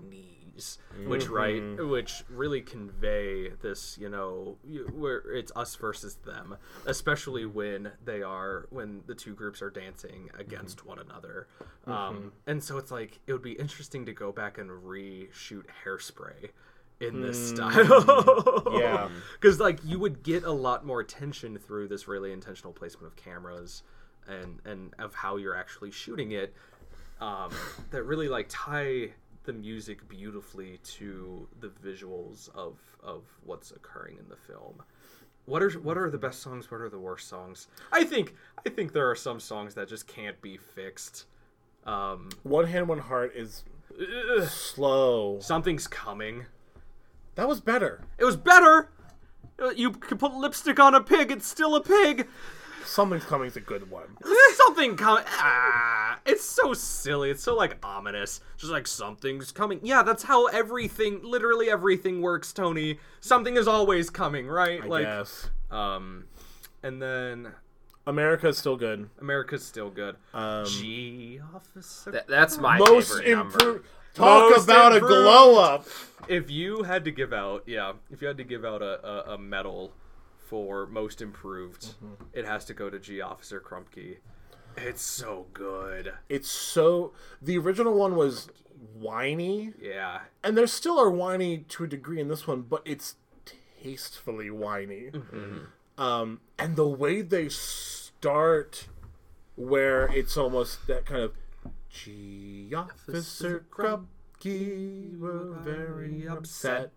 [SPEAKER 4] knees, which right, which really convey this, you know, you- where it's us versus them, especially when they are when the two groups are dancing against one another. Um, and so it's like it would be interesting to go back and reshoot hairspray in this style.
[SPEAKER 2] Yeah.
[SPEAKER 4] Because, like, you would get a lot more attention through this really intentional placement of cameras and, and of how you're actually shooting it um, that really, like, tie the music beautifully to the visuals of, of what's occurring in the film. What are what are the best songs? What are the worst songs? I think I think there are some songs that just can't be fixed. Um,
[SPEAKER 2] One Hand, One Heart is slow.
[SPEAKER 4] something's coming.
[SPEAKER 2] That was better.
[SPEAKER 4] It was better. Uh, You could put lipstick on a pig; it's still a pig.
[SPEAKER 2] Something's Coming's a good one.
[SPEAKER 4] something coming. Ah, it's so silly. It's so like ominous. Just like something's coming. Yeah, that's how everything, literally everything works, Tony. Something is always coming, right?
[SPEAKER 2] I
[SPEAKER 4] like,
[SPEAKER 2] guess.
[SPEAKER 4] um, and then
[SPEAKER 2] America's still good.
[SPEAKER 4] America's still good.
[SPEAKER 2] Um,
[SPEAKER 4] G officer.
[SPEAKER 5] That, that's my
[SPEAKER 2] Most
[SPEAKER 5] favorite number.
[SPEAKER 2] improved. Talk
[SPEAKER 4] Most
[SPEAKER 2] about
[SPEAKER 4] improved.
[SPEAKER 2] a glow up.
[SPEAKER 4] if you had to give out, yeah, if you had to give out a, a, a medal for most improved,
[SPEAKER 2] Mm-hmm.
[SPEAKER 4] it has to go to G Officer Crumpkey. It's so good.
[SPEAKER 2] It's so. The original one was whiny.
[SPEAKER 4] Yeah.
[SPEAKER 2] and there still are whiny to a degree in this one, but it's tastefully whiny.
[SPEAKER 4] Mm-hmm.
[SPEAKER 2] Um, and the way they start, where it's almost that kind of, gee, Officer Krupke, we're very upset.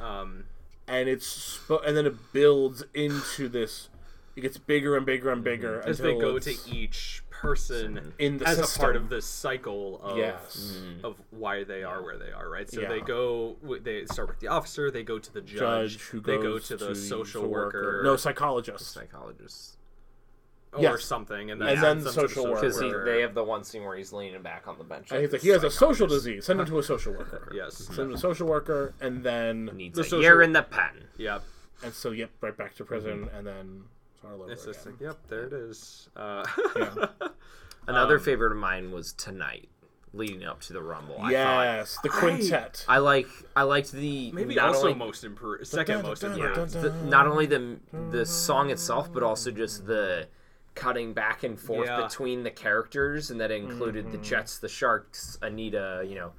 [SPEAKER 4] Um,
[SPEAKER 2] And it's sp- and then it builds into this. It gets bigger and bigger and bigger
[SPEAKER 4] Mm-hmm. as they
[SPEAKER 2] until
[SPEAKER 4] go to
[SPEAKER 2] it's-
[SPEAKER 4] each person
[SPEAKER 2] In the
[SPEAKER 4] as a part
[SPEAKER 2] system.
[SPEAKER 4] of this cycle of
[SPEAKER 2] Yes.
[SPEAKER 4] of why they are where they are, right? So they
[SPEAKER 2] Yeah.
[SPEAKER 4] go, w- they start with the officer, they go to the judge,
[SPEAKER 2] judge who
[SPEAKER 4] they
[SPEAKER 2] goes
[SPEAKER 4] go to the social worker,
[SPEAKER 2] no psychologist
[SPEAKER 5] psychologist.
[SPEAKER 4] or
[SPEAKER 2] yes.
[SPEAKER 4] something, and then,
[SPEAKER 2] And
[SPEAKER 4] sends
[SPEAKER 2] then
[SPEAKER 4] them to
[SPEAKER 2] social
[SPEAKER 4] the
[SPEAKER 2] worker.
[SPEAKER 5] Because they have the one scene where he's leaning back on the bench.
[SPEAKER 2] and he's like he has a social disease send him to a social worker
[SPEAKER 4] yes,
[SPEAKER 2] send him to a social worker and then
[SPEAKER 5] needs
[SPEAKER 4] the
[SPEAKER 5] a
[SPEAKER 4] social-
[SPEAKER 5] year in the pen.
[SPEAKER 4] yep.
[SPEAKER 2] and so yep right back to
[SPEAKER 5] mm-hmm.
[SPEAKER 2] prison and then it's all over
[SPEAKER 4] It's just
[SPEAKER 2] again.
[SPEAKER 4] like, yep, there it is. Uh,
[SPEAKER 2] Yeah. Um,
[SPEAKER 5] Another favorite of mine was tonight, leading up to the Rumble. I thought
[SPEAKER 2] yes the quintet
[SPEAKER 5] I like I liked the
[SPEAKER 4] maybe
[SPEAKER 5] not
[SPEAKER 4] also
[SPEAKER 5] only,
[SPEAKER 4] most improved, second most
[SPEAKER 2] Dun, dun,
[SPEAKER 4] improved.
[SPEAKER 2] dun,
[SPEAKER 5] the,
[SPEAKER 2] dun.
[SPEAKER 5] not only the the song itself, but also just the cutting back and forth
[SPEAKER 4] Yeah.
[SPEAKER 5] between the characters, and that included
[SPEAKER 2] Mm-hmm.
[SPEAKER 5] the Jets, the Sharks, Anita, you know,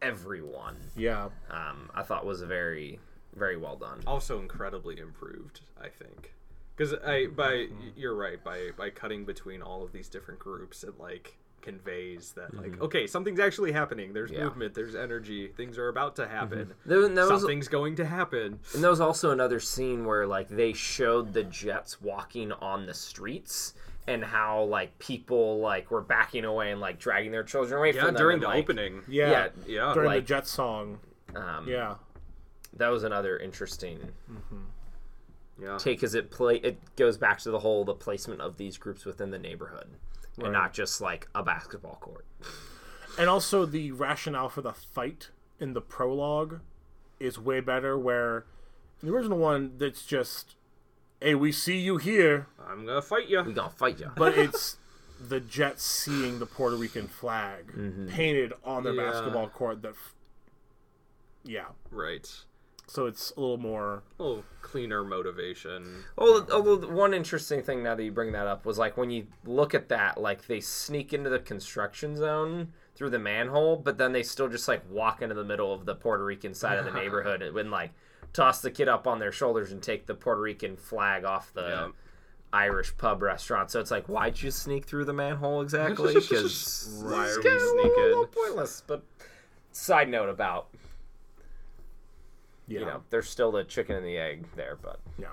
[SPEAKER 5] everyone.
[SPEAKER 2] yeah
[SPEAKER 5] Um, I thought was a very very well done.
[SPEAKER 4] also incredibly improved, I think. Because I by y- you're right by by cutting between all of these different groups, it like conveys that like okay something's actually happening. There's
[SPEAKER 5] Yeah.
[SPEAKER 4] movement. There's energy. Things are about to happen.
[SPEAKER 5] There- there was-
[SPEAKER 4] Something's going to happen.
[SPEAKER 5] And there was also another scene where like they showed the Jets walking on the streets and how like people like were backing away and like dragging their children away
[SPEAKER 4] Yeah,
[SPEAKER 5] from them.
[SPEAKER 4] during
[SPEAKER 5] and,
[SPEAKER 4] the
[SPEAKER 5] like,
[SPEAKER 4] opening.
[SPEAKER 2] yeah,
[SPEAKER 5] Yeah,
[SPEAKER 4] Yeah,
[SPEAKER 2] during
[SPEAKER 5] like-
[SPEAKER 2] the jet song
[SPEAKER 5] Um,
[SPEAKER 2] yeah
[SPEAKER 5] That was another interesting
[SPEAKER 4] yeah.
[SPEAKER 5] take because it play it goes back to the whole the placement of these groups within the neighborhood and not just like a basketball court.
[SPEAKER 2] and also the rationale for the fight in the prologue is way better where in the original one that's just hey we see you here
[SPEAKER 4] I'm gonna fight
[SPEAKER 5] We
[SPEAKER 4] you.
[SPEAKER 5] gonna fight you.
[SPEAKER 2] but it's the Jets seeing the Puerto Rican flag painted on their
[SPEAKER 4] Yeah.
[SPEAKER 2] basketball court. That, f- yeah.
[SPEAKER 4] Right.
[SPEAKER 2] So it's a little more.
[SPEAKER 4] A little cleaner motivation.
[SPEAKER 5] Although, although the one interesting thing now that you bring that up was like when you look at that, like they sneak into the construction zone through the manhole, but then they still just like walk into the middle of the Puerto Rican side of the neighborhood and like toss the kid up on their shoulders and take the Puerto Rican flag off the
[SPEAKER 4] Yeah.
[SPEAKER 5] Irish pub restaurant. So it's like, why'd you sneak through the manhole exactly? Because
[SPEAKER 4] Why are we
[SPEAKER 5] A little
[SPEAKER 4] sneaking?
[SPEAKER 5] pointless. But side note about
[SPEAKER 2] Yeah.
[SPEAKER 5] you know, there's still the chicken and the egg there, but
[SPEAKER 2] Yeah.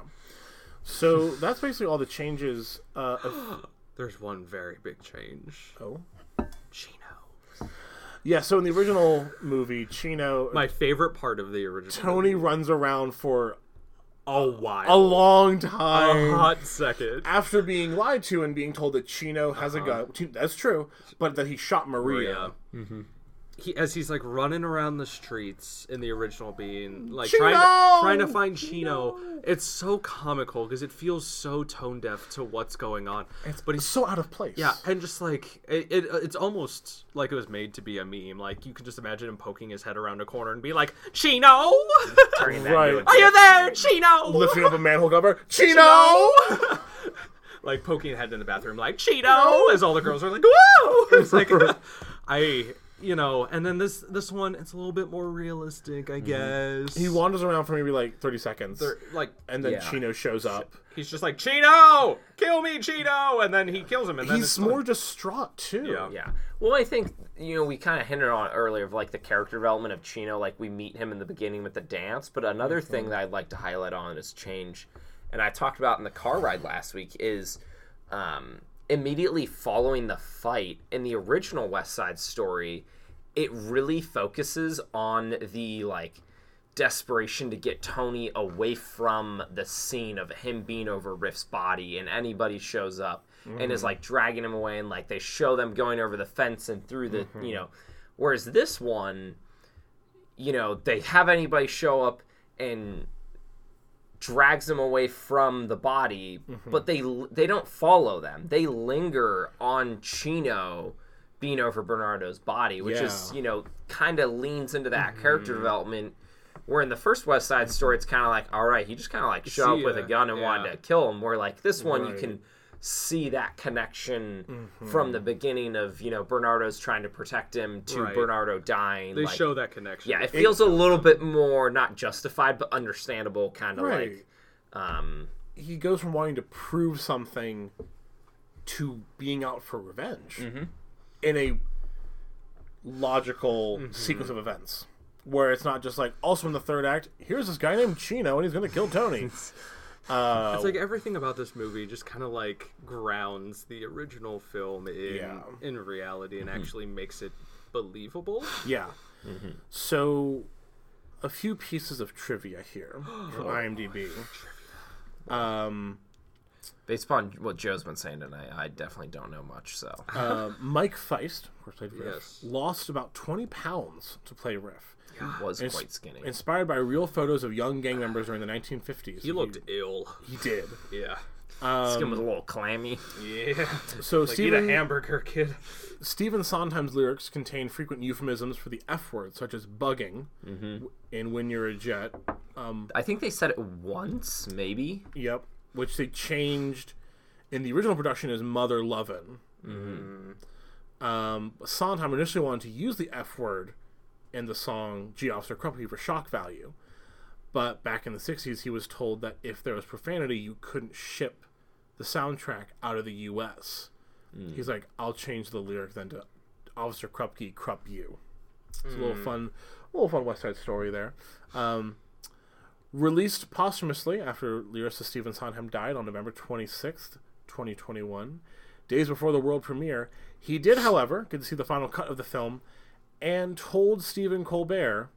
[SPEAKER 2] So that's basically all the changes. Uh, of,
[SPEAKER 4] There's one very big change.
[SPEAKER 2] oh.
[SPEAKER 4] Chino.
[SPEAKER 2] Yeah. So in the original movie, Chino
[SPEAKER 4] My favorite part of the original.
[SPEAKER 2] Tony runs around for
[SPEAKER 4] A while.
[SPEAKER 2] a long
[SPEAKER 4] a
[SPEAKER 2] time.
[SPEAKER 4] hot second.
[SPEAKER 2] After being lied to and being told that Chino has
[SPEAKER 4] Uh-huh.
[SPEAKER 2] a gun, that's true, but that he shot Maria.
[SPEAKER 4] Oh, Yeah. Mm-hmm. He, as he's like running around the streets in the original being like
[SPEAKER 2] Chino!
[SPEAKER 4] trying to, trying to find Chino. It's so comical because it feels so tone deaf to what's going on.
[SPEAKER 2] It's,
[SPEAKER 4] but
[SPEAKER 2] but he's so out of place.
[SPEAKER 4] yeah, and just like it, it, uh, it's almost like it was made to be a meme. Like you can just imagine him poking his head around a corner and be like, "Chino, are
[SPEAKER 2] Right.
[SPEAKER 4] you there, Chino?"
[SPEAKER 2] Lifting up a manhole cover. Chino!
[SPEAKER 4] like poking head in the bathroom, like Cheeto, as all the girls are like, "Whoa!" It's like, I, you know, and then this this one, it's a little bit more realistic, I guess.
[SPEAKER 2] Mm-hmm. He wanders around for maybe like 30 seconds.
[SPEAKER 4] They're, like
[SPEAKER 2] and then
[SPEAKER 5] Yeah.
[SPEAKER 2] Chino shows up.
[SPEAKER 4] he's just like Cheeto, kill me, Cheeto, and then he kills him, and then
[SPEAKER 2] He's
[SPEAKER 4] it's
[SPEAKER 2] more
[SPEAKER 4] like-
[SPEAKER 2] distraught too.
[SPEAKER 4] Yeah.
[SPEAKER 5] Yeah. Well, I think you know we kind of hinted on it earlier of like the character development of Chino. Like we meet him in the beginning with the dance, but another thing that I'd like to highlight on is change, and I talked about in the car ride last week is um, immediately following the fight in the original West Side Story. It really focuses on the like desperation to get Tony away from the scene of him being over Riff's body, and anybody shows up and is like dragging him away, and like they show them going over the fence and through the, you know. Whereas this one, you know, they have anybody show up and drags them away from the body,
[SPEAKER 4] Mm-hmm.
[SPEAKER 5] but they they don't follow them. They linger on Chino being over Bernardo's body, which is
[SPEAKER 2] Yeah.
[SPEAKER 5] you know kind of leans into that
[SPEAKER 4] Mm-hmm.
[SPEAKER 5] character development. Where in the first West Side Story, it's kind of like, all right, he just kind of like showed
[SPEAKER 4] See
[SPEAKER 5] up with a
[SPEAKER 4] ya.
[SPEAKER 5] gun and wanted
[SPEAKER 4] Yeah.
[SPEAKER 5] to kill him. Where like this one, you
[SPEAKER 2] Right.
[SPEAKER 5] can see that connection from the beginning of you know Bernardo's trying to protect him to
[SPEAKER 4] Mm-hmm. Right.
[SPEAKER 5] Bernardo dying.
[SPEAKER 4] They
[SPEAKER 5] like-
[SPEAKER 4] show that connection.
[SPEAKER 5] Yeah, it feels a little bit more not justified but understandable, kind of
[SPEAKER 2] Right.
[SPEAKER 5] like. Um,
[SPEAKER 2] he goes from wanting to prove something to being out for revenge
[SPEAKER 5] Mm-hmm.
[SPEAKER 2] in a logical
[SPEAKER 5] Mm-hmm.
[SPEAKER 2] sequence of events where it's not just like also in the third act here's this guy named chino and he's going to kill tony oh.
[SPEAKER 4] It's like everything about this movie just kind of like grounds the original film in
[SPEAKER 2] Yeah.
[SPEAKER 4] in reality and actually makes it believable.
[SPEAKER 2] yeah
[SPEAKER 5] Mm-hmm.
[SPEAKER 2] so a few pieces of trivia here from imdb um,
[SPEAKER 5] based upon what Joe's been saying tonight, I definitely don't know much. So
[SPEAKER 2] uh, mike feist of course played riff
[SPEAKER 4] Yes.
[SPEAKER 2] lost about 20 pounds to play riff
[SPEAKER 5] was
[SPEAKER 2] Ins-
[SPEAKER 5] quite skinny.
[SPEAKER 2] Inspired by real photos of young gang members during the 1950s.
[SPEAKER 4] He looked ill.
[SPEAKER 2] He did.
[SPEAKER 4] Yeah.
[SPEAKER 5] Skin
[SPEAKER 2] um,
[SPEAKER 5] was a little clammy.
[SPEAKER 4] Yeah.
[SPEAKER 2] So
[SPEAKER 4] Like eat a
[SPEAKER 2] Stephen,
[SPEAKER 4] hamburger, kid.
[SPEAKER 2] Stephen Sondheim's lyrics contain frequent euphemisms for the F word, such as bugging,
[SPEAKER 4] Mm-hmm.
[SPEAKER 2] w- and when you're a jet.
[SPEAKER 5] I think they said it once, maybe.
[SPEAKER 2] Yep. Which they changed in the original production as mother lovin'. Um, Sondheim initially wanted to use the F word in the song G Officer Crumpy for shock value. But back in the 60s, he was told that if there was profanity, you couldn't ship the soundtrack out of the U.S. He's like, I'll change the lyric then to Officer Krupke, Krupp you. It's a little fun, a little fun West Side Story there. Um, released posthumously after lyricist Stephen Sondheim died on November 26th, 2021, days before the world premiere, he did, however, get to see the final cut of the film and told Stephen Colbert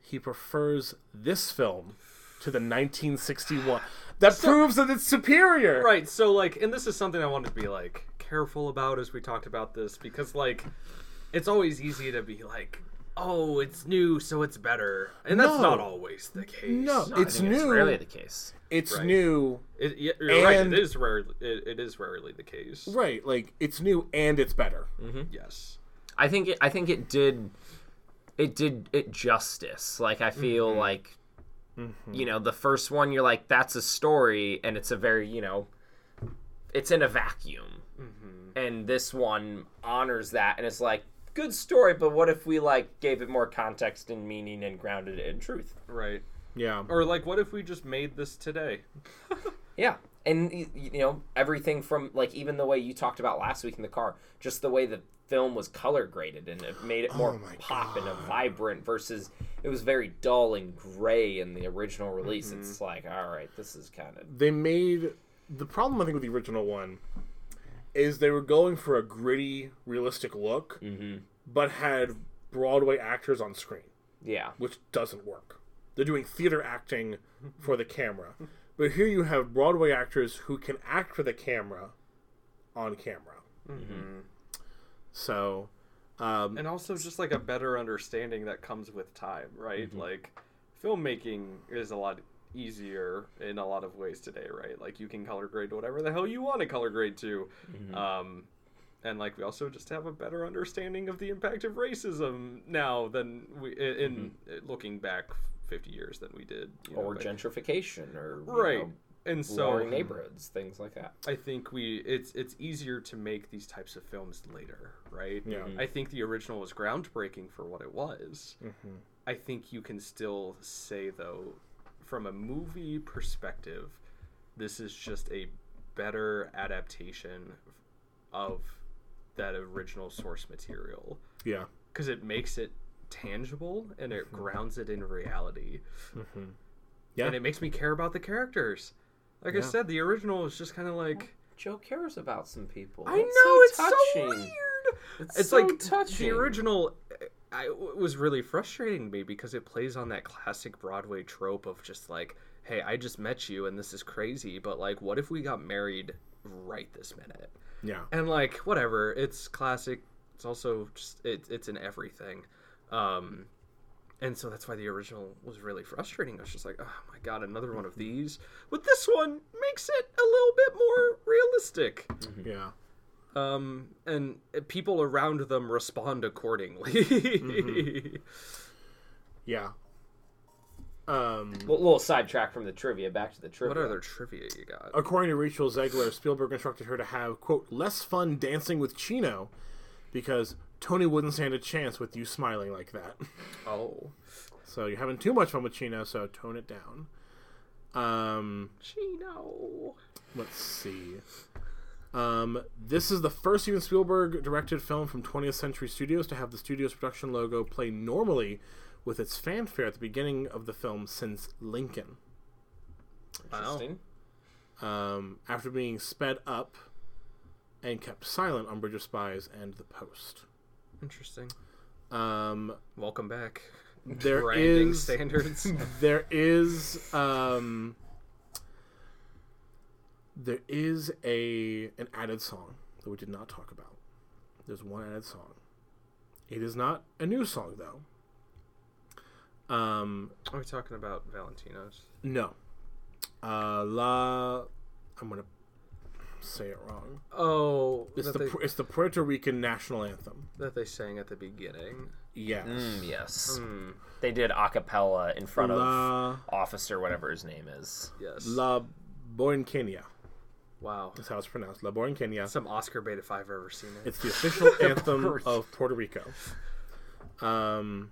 [SPEAKER 2] he prefers this film to the 1961. That proves that it's superior.
[SPEAKER 4] Right, so like and this is something I wanted to be like careful about as we talked about this because like it's always easy to be like Oh, it's new, so it's better, and that's
[SPEAKER 2] No.
[SPEAKER 4] not always the case.
[SPEAKER 2] No,
[SPEAKER 5] No, I
[SPEAKER 2] it's
[SPEAKER 5] think
[SPEAKER 2] new.
[SPEAKER 5] It's rarely the case.
[SPEAKER 2] it's
[SPEAKER 4] Right.
[SPEAKER 2] new.
[SPEAKER 4] it, yeah, you're right.
[SPEAKER 2] And-
[SPEAKER 4] It is rarely, it, it is rarely the case.
[SPEAKER 2] Right, like it's new and it's better.
[SPEAKER 4] Yes.
[SPEAKER 5] I think it, I think it did it did it justice. Like I feel like you know the first one you're like that's a story and it's a very you know it's in a vacuum and this one honors that and it's like good story but what if we like gave it more context and meaning and grounded it in truth
[SPEAKER 4] Right.
[SPEAKER 2] Yeah.
[SPEAKER 4] Or like, what if we just made this today?
[SPEAKER 5] Yeah. And y- y- you know, everything from like even the way you talked about last week in the car, just the way the film was color graded and it made it
[SPEAKER 4] Oh
[SPEAKER 5] more
[SPEAKER 2] my
[SPEAKER 5] pop and a vibrant versus it was very dull and gray in the original release.
[SPEAKER 4] Mm-hmm.
[SPEAKER 5] It's like, all right, this is kind of
[SPEAKER 2] they made the problem I think with the original one is they were going for a gritty, realistic look, but had Broadway actors on screen,
[SPEAKER 5] yeah.
[SPEAKER 2] which doesn't work. They're doing theater acting for the camera, but here you have Broadway actors who can act for the camera on camera. So, um,
[SPEAKER 4] And also, just like a better understanding that comes with time, right?
[SPEAKER 5] Mm-hmm.
[SPEAKER 4] Like, filmmaking is a lot easier in a lot of ways today, right? Like, you can color grade whatever the hell you want to color grade to.
[SPEAKER 5] Mm-hmm.
[SPEAKER 4] Um, and like, we also just have a better understanding of the impact of racism now than we in, in looking back fifty years than we did. you know,
[SPEAKER 5] Mm-hmm. Or
[SPEAKER 4] like-
[SPEAKER 5] gentrification or you
[SPEAKER 4] right?
[SPEAKER 5] know,
[SPEAKER 4] and so
[SPEAKER 5] lowering neighborhoods, things like that.
[SPEAKER 4] I think we it's it's easier to make these types of films later, right?
[SPEAKER 2] Yeah. Mhm.
[SPEAKER 4] I think the original was groundbreaking for what it was. I think you can still say though, from a movie perspective, this is just a better adaptation of that original source material
[SPEAKER 2] yeah.
[SPEAKER 4] because it makes it tangible and it grounds it in reality.
[SPEAKER 2] Mm-hmm. Yeah.
[SPEAKER 4] And it makes me care about the characters. Like I said, the original is just kind of like.
[SPEAKER 5] Joe cares about some people.
[SPEAKER 4] I know it's so weird. It's,
[SPEAKER 5] so
[SPEAKER 4] like
[SPEAKER 5] touching.
[SPEAKER 4] the original. I it was really frustrating to me because it plays on that classic Broadway trope of just like, hey, I just met you and this is crazy, but like, what if we got married right this minute?
[SPEAKER 2] Yeah.
[SPEAKER 4] And like, whatever, it's classic. It's also just it, it's in everything. Um, and so that's why the original was really frustrating. I was just like, oh my god, another one of these. But this one makes it a little bit more realistic
[SPEAKER 2] Yeah.
[SPEAKER 4] um, and uh, people around them
[SPEAKER 2] Mm-hmm.
[SPEAKER 4] respond accordingly.
[SPEAKER 2] Yeah. Um,
[SPEAKER 5] Well, little sidetrack from the trivia. Back to the trivia.
[SPEAKER 4] What other trivia you got?
[SPEAKER 2] according to Rachel Zegler, Spielberg instructed her to have quote less fun dancing with Chino because Tony wouldn't stand a chance with you smiling like that.
[SPEAKER 4] Oh,
[SPEAKER 2] So you're having too much fun with Chino, so tone it down. Um,
[SPEAKER 4] Chino.
[SPEAKER 2] let's see. Um, this is the first Steven Spielberg directed film from 20th Century Studios to have the studio's production logo play normally with its fanfare at the beginning of the film since Lincoln.
[SPEAKER 5] Interesting.
[SPEAKER 2] Um, after being sped up and kept silent on Bridge of Spies and The Post.
[SPEAKER 4] Interesting.
[SPEAKER 2] Um,
[SPEAKER 4] Welcome back.
[SPEAKER 2] there
[SPEAKER 4] Branding
[SPEAKER 2] is
[SPEAKER 4] standards.
[SPEAKER 2] there is um there is a an added song that we did not talk about there's one added song it is not a new song though um
[SPEAKER 4] Are we talking about Valentino's?
[SPEAKER 2] no uh la i'm gonna say it wrong
[SPEAKER 4] Oh,
[SPEAKER 2] it's
[SPEAKER 4] that
[SPEAKER 2] the
[SPEAKER 4] they,
[SPEAKER 2] Pu- it's the puerto rican national anthem
[SPEAKER 4] that they sang at the beginning.
[SPEAKER 2] yes
[SPEAKER 5] Mm, yes.
[SPEAKER 4] Hmm.
[SPEAKER 5] They did a cappella in front of
[SPEAKER 2] la
[SPEAKER 5] officer, whatever his name is.
[SPEAKER 4] Yes.
[SPEAKER 2] la borinquena
[SPEAKER 4] Wow.
[SPEAKER 2] that's how it's pronounced la borinquena
[SPEAKER 4] Some Oscar bait if I've ever seen it.
[SPEAKER 2] It's the official anthem of Puerto Rico. Um,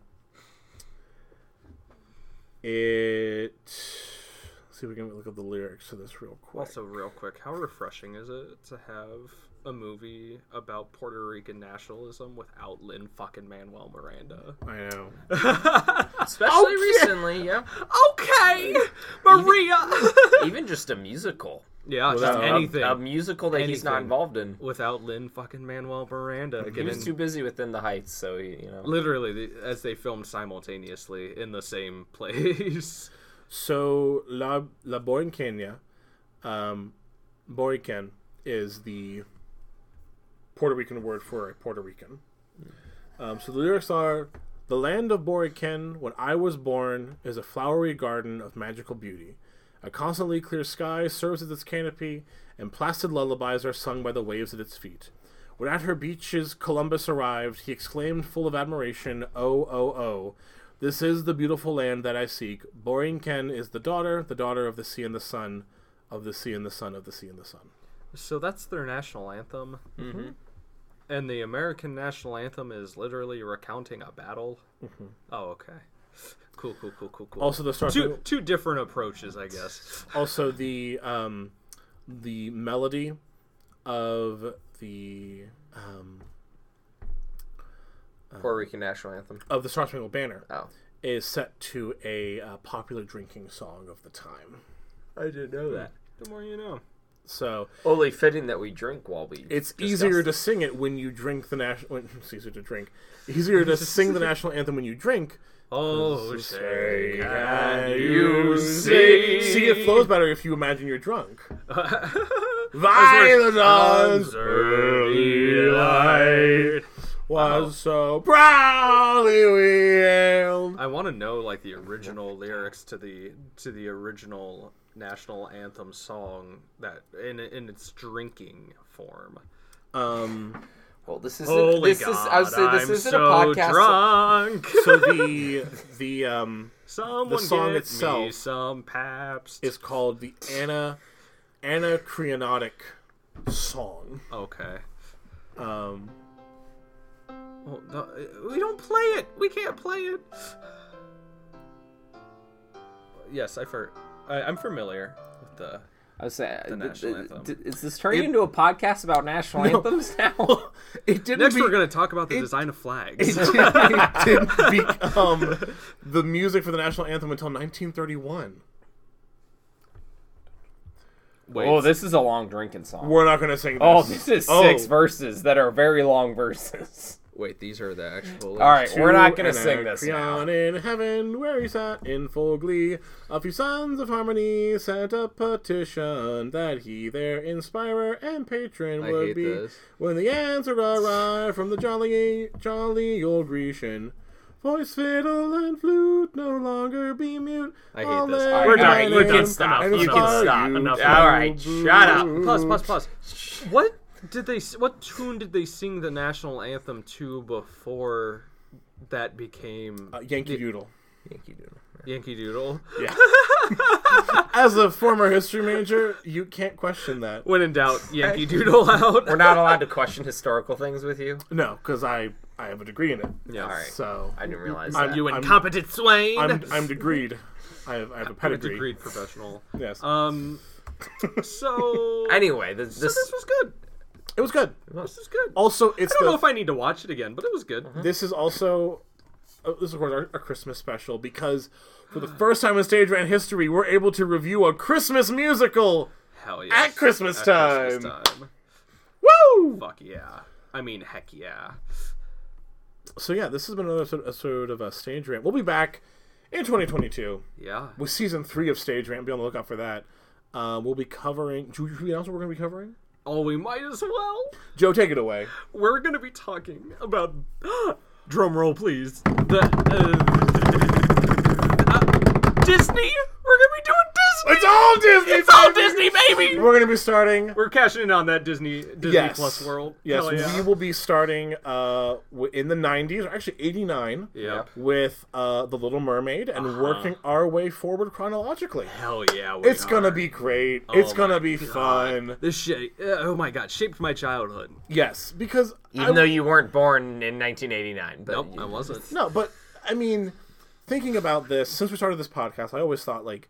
[SPEAKER 2] it. Let's see if we can look up the lyrics to this real quick.
[SPEAKER 4] Also, real quick, how refreshing is it to have a movie about Puerto Rican nationalism without Lynn fucking Manuel Miranda?
[SPEAKER 2] I know.
[SPEAKER 5] Especially recently, yeah.
[SPEAKER 4] Okay, Maria.
[SPEAKER 5] Even just a musical.
[SPEAKER 4] yeah, just
[SPEAKER 2] Without-
[SPEAKER 4] anything
[SPEAKER 5] A musical that he's not
[SPEAKER 4] Anything.
[SPEAKER 5] involved in.
[SPEAKER 4] without Lynn fucking Manuel Miranda.
[SPEAKER 5] He was
[SPEAKER 4] getting-
[SPEAKER 5] too busy within the heights, so he, you know.
[SPEAKER 4] literally the- as they filmed simultaneously in the same place.
[SPEAKER 2] So La La Borinquena, um, Borinquen is the Puerto Rican word for a Puerto Rican. Um, so the lyrics are: "The land of Borinquen, when I was born, is a flowery garden of magical beauty. A constantly clear sky serves as its canopy, and placid lullabies are sung by the waves at its feet." When at her beaches Columbus arrived, he exclaimed full of admiration, Oh, oh, oh, this is the beautiful land that I seek. Borinquen is the daughter, the daughter of the sea and the sun, of the sea and the sun, of the sea and the sun.
[SPEAKER 4] So that's their national anthem. Mm-hmm. And the American national anthem is literally recounting a battle. Oh, okay. Cool, cool, cool, cool, cool.
[SPEAKER 2] Also, the start
[SPEAKER 4] two two different approaches, I guess.
[SPEAKER 2] also the um, the melody of the um,
[SPEAKER 5] Puerto Rican national anthem.
[SPEAKER 2] of the Star Spangled Banner
[SPEAKER 5] Oh.
[SPEAKER 2] is set to a uh, popular drinking song of the time.
[SPEAKER 4] I didn't know that. The more you know.
[SPEAKER 2] So
[SPEAKER 5] Only fitting that we drink while we.
[SPEAKER 2] it's
[SPEAKER 5] discuss
[SPEAKER 2] easier to
[SPEAKER 5] this.
[SPEAKER 2] sing it when you drink the national. It's easier to drink. Easier to sing the national anthem when you drink.
[SPEAKER 4] Oh, say, can
[SPEAKER 2] you
[SPEAKER 4] see?
[SPEAKER 2] See, it flows better if you imagine you're drunk. Violence early light
[SPEAKER 4] Uh-huh.
[SPEAKER 2] was so proudly wailed.
[SPEAKER 4] I want to know like the original lyrics to the to the original national anthem song that in in its drinking form.
[SPEAKER 2] Um,
[SPEAKER 5] Well, this isn't.
[SPEAKER 4] Holy
[SPEAKER 5] this
[SPEAKER 4] God,
[SPEAKER 5] is. I would say this
[SPEAKER 4] I'm
[SPEAKER 5] isn't
[SPEAKER 4] so
[SPEAKER 5] a podcast.
[SPEAKER 4] drunk.
[SPEAKER 2] so the the um
[SPEAKER 4] Someone
[SPEAKER 2] the song
[SPEAKER 4] get me
[SPEAKER 2] itself
[SPEAKER 4] some Pabst.
[SPEAKER 2] is called the Anna Anacreontic song.
[SPEAKER 4] okay.
[SPEAKER 2] Um,
[SPEAKER 4] Well, no, we don't play it. We can't play it. Yes, I for I, I'm familiar with the.
[SPEAKER 5] I would say. The
[SPEAKER 4] national anthem.
[SPEAKER 5] is this turning into a podcast about national anthems now?
[SPEAKER 2] it didn't.
[SPEAKER 4] Next,
[SPEAKER 2] be-
[SPEAKER 4] we're gonna talk about the design of flags.
[SPEAKER 2] it didn't become the music for the national anthem until 1931.
[SPEAKER 4] Wait,
[SPEAKER 5] Oh, this is a long drinking song.
[SPEAKER 2] We're not going to sing this.
[SPEAKER 5] Oh, this is six
[SPEAKER 2] Oh.
[SPEAKER 5] verses that are very long verses.
[SPEAKER 4] wait, these are the actual.
[SPEAKER 5] All right, we're not gonna
[SPEAKER 2] To
[SPEAKER 5] sing this. now.
[SPEAKER 2] Anacreon in heaven, where he sat in full glee. A few sons of harmony sent a petition that he, their inspirer and patron,
[SPEAKER 4] I
[SPEAKER 2] would
[SPEAKER 4] hate
[SPEAKER 2] be.
[SPEAKER 4] this.
[SPEAKER 2] When the answer arrived from the jolly, jolly old Grecian. Voice, fiddle, and flute no longer be mute. I
[SPEAKER 4] hate this. We're
[SPEAKER 5] done. You can stop. You can stop. Enough. All right, shut up.
[SPEAKER 4] Plus, plus, plus. What did they? s- What tune did they sing the national anthem to before that became
[SPEAKER 2] Yankee Doodle.
[SPEAKER 5] Yankee Doodle.
[SPEAKER 4] Yankee Doodle.
[SPEAKER 1] Yeah.
[SPEAKER 2] As a former history major, you can't question that.
[SPEAKER 4] When in doubt, Yankee Doodle out.
[SPEAKER 5] We're not allowed to question historical things with you.
[SPEAKER 2] No, because I I have a degree in it.
[SPEAKER 4] Yeah.
[SPEAKER 5] All right.
[SPEAKER 2] So
[SPEAKER 5] I didn't realize
[SPEAKER 2] I'm-
[SPEAKER 5] that.
[SPEAKER 4] You incompetent swain.
[SPEAKER 2] I'm I'm degreed. I have, I have a
[SPEAKER 4] I'm a
[SPEAKER 2] pedigree.
[SPEAKER 4] degreed professional.
[SPEAKER 2] Yes,
[SPEAKER 4] Um. So.
[SPEAKER 5] anyway, this,
[SPEAKER 4] so this
[SPEAKER 5] this
[SPEAKER 4] was good.
[SPEAKER 2] it was good.
[SPEAKER 4] This was good. I
[SPEAKER 2] Also, it's
[SPEAKER 4] don't
[SPEAKER 2] the
[SPEAKER 4] know if I need to watch it again, but it was good.
[SPEAKER 2] this is also uh, this is of course our, our Christmas special because for the first time in stage rant history, we're able to review a Christmas musical.
[SPEAKER 4] Hell yeah.
[SPEAKER 2] At Christmas time.
[SPEAKER 4] time.
[SPEAKER 2] Woo!
[SPEAKER 4] Fuck yeah. I mean, heck yeah.
[SPEAKER 2] So yeah, this has been another episode- episode of uh, stage rant. We'll be back in 2022
[SPEAKER 4] Yeah.
[SPEAKER 2] with season three of stage rant. Be on the lookout for that. Uh, we'll be covering. Should we- should we announce what we're going to be covering?
[SPEAKER 4] Oh, we might as well.
[SPEAKER 2] Joe, take it away.
[SPEAKER 4] We're gonna be talking about. Drum roll, please. The. Uh, uh, Disney. We're gonna be doing Disney.
[SPEAKER 2] It's all Disney.
[SPEAKER 4] It's all Disney, baby.
[SPEAKER 2] We're going to be starting.
[SPEAKER 4] We're cashing in on that Disney Disney
[SPEAKER 2] Yes.
[SPEAKER 4] Plus world.
[SPEAKER 2] Yes,
[SPEAKER 4] Hell yeah.
[SPEAKER 2] we will be starting uh, w- in the 90s, or actually 89,
[SPEAKER 4] Yep.
[SPEAKER 2] with uh, The Little Mermaid and
[SPEAKER 4] Uh-huh.
[SPEAKER 2] working our way forward chronologically.
[SPEAKER 4] Hell yeah. we
[SPEAKER 2] It's going to
[SPEAKER 4] are.
[SPEAKER 2] be great.
[SPEAKER 4] Oh
[SPEAKER 2] it's going
[SPEAKER 4] my
[SPEAKER 2] to be
[SPEAKER 4] God.
[SPEAKER 2] fun.
[SPEAKER 4] This shit. uh, oh my god, shaped my childhood.
[SPEAKER 2] Yes, because.
[SPEAKER 5] even
[SPEAKER 2] I,
[SPEAKER 5] though you weren't born in 1989, but
[SPEAKER 4] Nope,
[SPEAKER 5] you-
[SPEAKER 4] I wasn't.
[SPEAKER 2] No, but I mean, thinking about this, since we started this podcast, I always thought, like,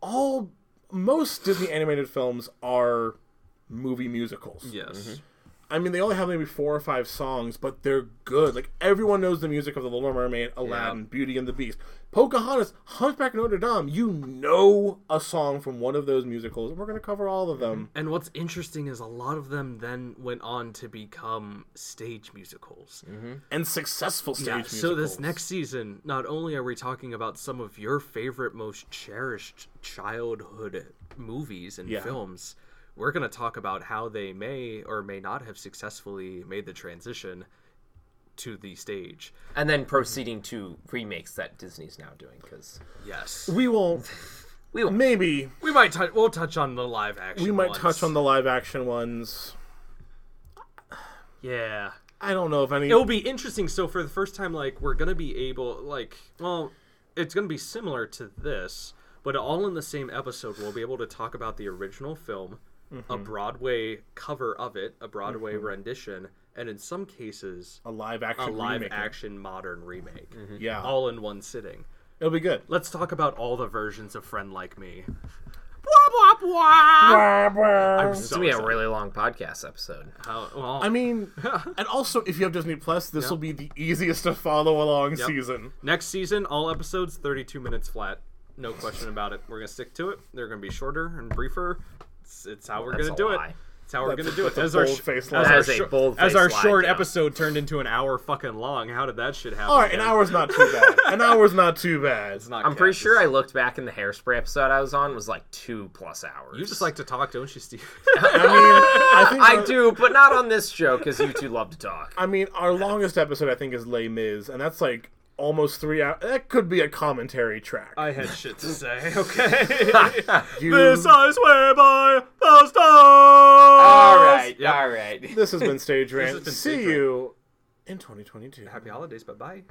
[SPEAKER 2] all. Most Disney animated films are movie musicals.
[SPEAKER 4] Yes.
[SPEAKER 2] I mean, they only have maybe four or five songs, but they're good. Like everyone knows the music of The Little Mermaid, Aladdin, Beauty and the Beast, Pocahontas, Hunchback of Notre Dame. You know a song from one of those musicals, and we're gonna cover all of them.
[SPEAKER 4] And what's interesting is a lot of them then went on to become stage
[SPEAKER 2] Mm-hmm.
[SPEAKER 4] musicals.
[SPEAKER 2] And successful stage
[SPEAKER 4] Mm-hmm. Yeah,
[SPEAKER 2] musicals.
[SPEAKER 4] so this next season, not only are we talking about some of your favorite, most cherished childhood movies and
[SPEAKER 2] Yeah.
[SPEAKER 4] films, we're going to talk about how they may or may not have successfully made the transition to the stage.
[SPEAKER 5] and then proceeding to remakes that Disney's now doing because
[SPEAKER 4] Yes.
[SPEAKER 2] we won't.
[SPEAKER 5] We won't.
[SPEAKER 2] Maybe
[SPEAKER 4] We might touch we'll touch on the live action.
[SPEAKER 2] we might
[SPEAKER 4] ones.
[SPEAKER 2] touch on the live action ones.
[SPEAKER 4] Yeah.
[SPEAKER 2] I don't know if any.
[SPEAKER 4] it'll be interesting so for the first time like we're gonna be able like well it's gonna be similar to this but all in the same episode we'll be able to talk about the original film a
[SPEAKER 2] Mm-hmm.
[SPEAKER 4] broadway cover of it a broadway rendition and in some cases
[SPEAKER 2] a live
[SPEAKER 4] a
[SPEAKER 2] action
[SPEAKER 4] live
[SPEAKER 2] remake. Mm-hmm.
[SPEAKER 4] action Oh. modern remake
[SPEAKER 2] Yeah,
[SPEAKER 4] all in one sitting
[SPEAKER 2] it'll be good.
[SPEAKER 4] let's talk about all the versions of friend like me Blah, blah, blah. I'm
[SPEAKER 5] it's
[SPEAKER 4] so
[SPEAKER 5] gonna be a
[SPEAKER 4] excited.
[SPEAKER 5] really long podcast episode.
[SPEAKER 4] How- well,
[SPEAKER 2] I mean, and also if you have Disney Plus, this will be the easiest to follow along season.
[SPEAKER 4] Next season, all episodes 32 minutes flat. No question about it. We're gonna stick to it. They're gonna be shorter and briefer. It's, it's how we're
[SPEAKER 5] That's
[SPEAKER 4] gonna
[SPEAKER 5] a
[SPEAKER 4] do it.
[SPEAKER 5] lie.
[SPEAKER 4] It's how we're
[SPEAKER 2] That's-
[SPEAKER 4] gonna do it.
[SPEAKER 2] that's a
[SPEAKER 4] As our, sh-
[SPEAKER 2] bold-faced
[SPEAKER 4] as
[SPEAKER 2] lie.
[SPEAKER 4] our,
[SPEAKER 5] That is a
[SPEAKER 4] shor-
[SPEAKER 5] bold-faced
[SPEAKER 4] as our
[SPEAKER 5] lie,
[SPEAKER 4] short
[SPEAKER 5] yeah.
[SPEAKER 4] episode turned into an hour fucking long. How did that shit happen?
[SPEAKER 2] All right, an
[SPEAKER 4] again?
[SPEAKER 2] hour's not too bad. An hour's not too bad.
[SPEAKER 4] It's not
[SPEAKER 5] I'm pretty
[SPEAKER 4] Cass,
[SPEAKER 5] sure I
[SPEAKER 4] it's-
[SPEAKER 5] looked back in the hairspray episode I was on it was like two plus hours.
[SPEAKER 4] You just like to talk, don't you, Steve?
[SPEAKER 2] I mean, I, think
[SPEAKER 5] I
[SPEAKER 2] our-
[SPEAKER 5] do, but not on this show because you two love to talk.
[SPEAKER 2] I mean, our longest episode I think is Les Mis, and that's like almost three hours. That could be a commentary track.
[SPEAKER 4] I had shit to say. Okay.
[SPEAKER 2] You-
[SPEAKER 4] this I swear by the stars.
[SPEAKER 5] All
[SPEAKER 4] All
[SPEAKER 5] right, all right.
[SPEAKER 2] this has been Stage Rant.
[SPEAKER 4] has been
[SPEAKER 2] See
[SPEAKER 4] Stage
[SPEAKER 2] you in 2022.
[SPEAKER 4] Happy holidays. Bye bye.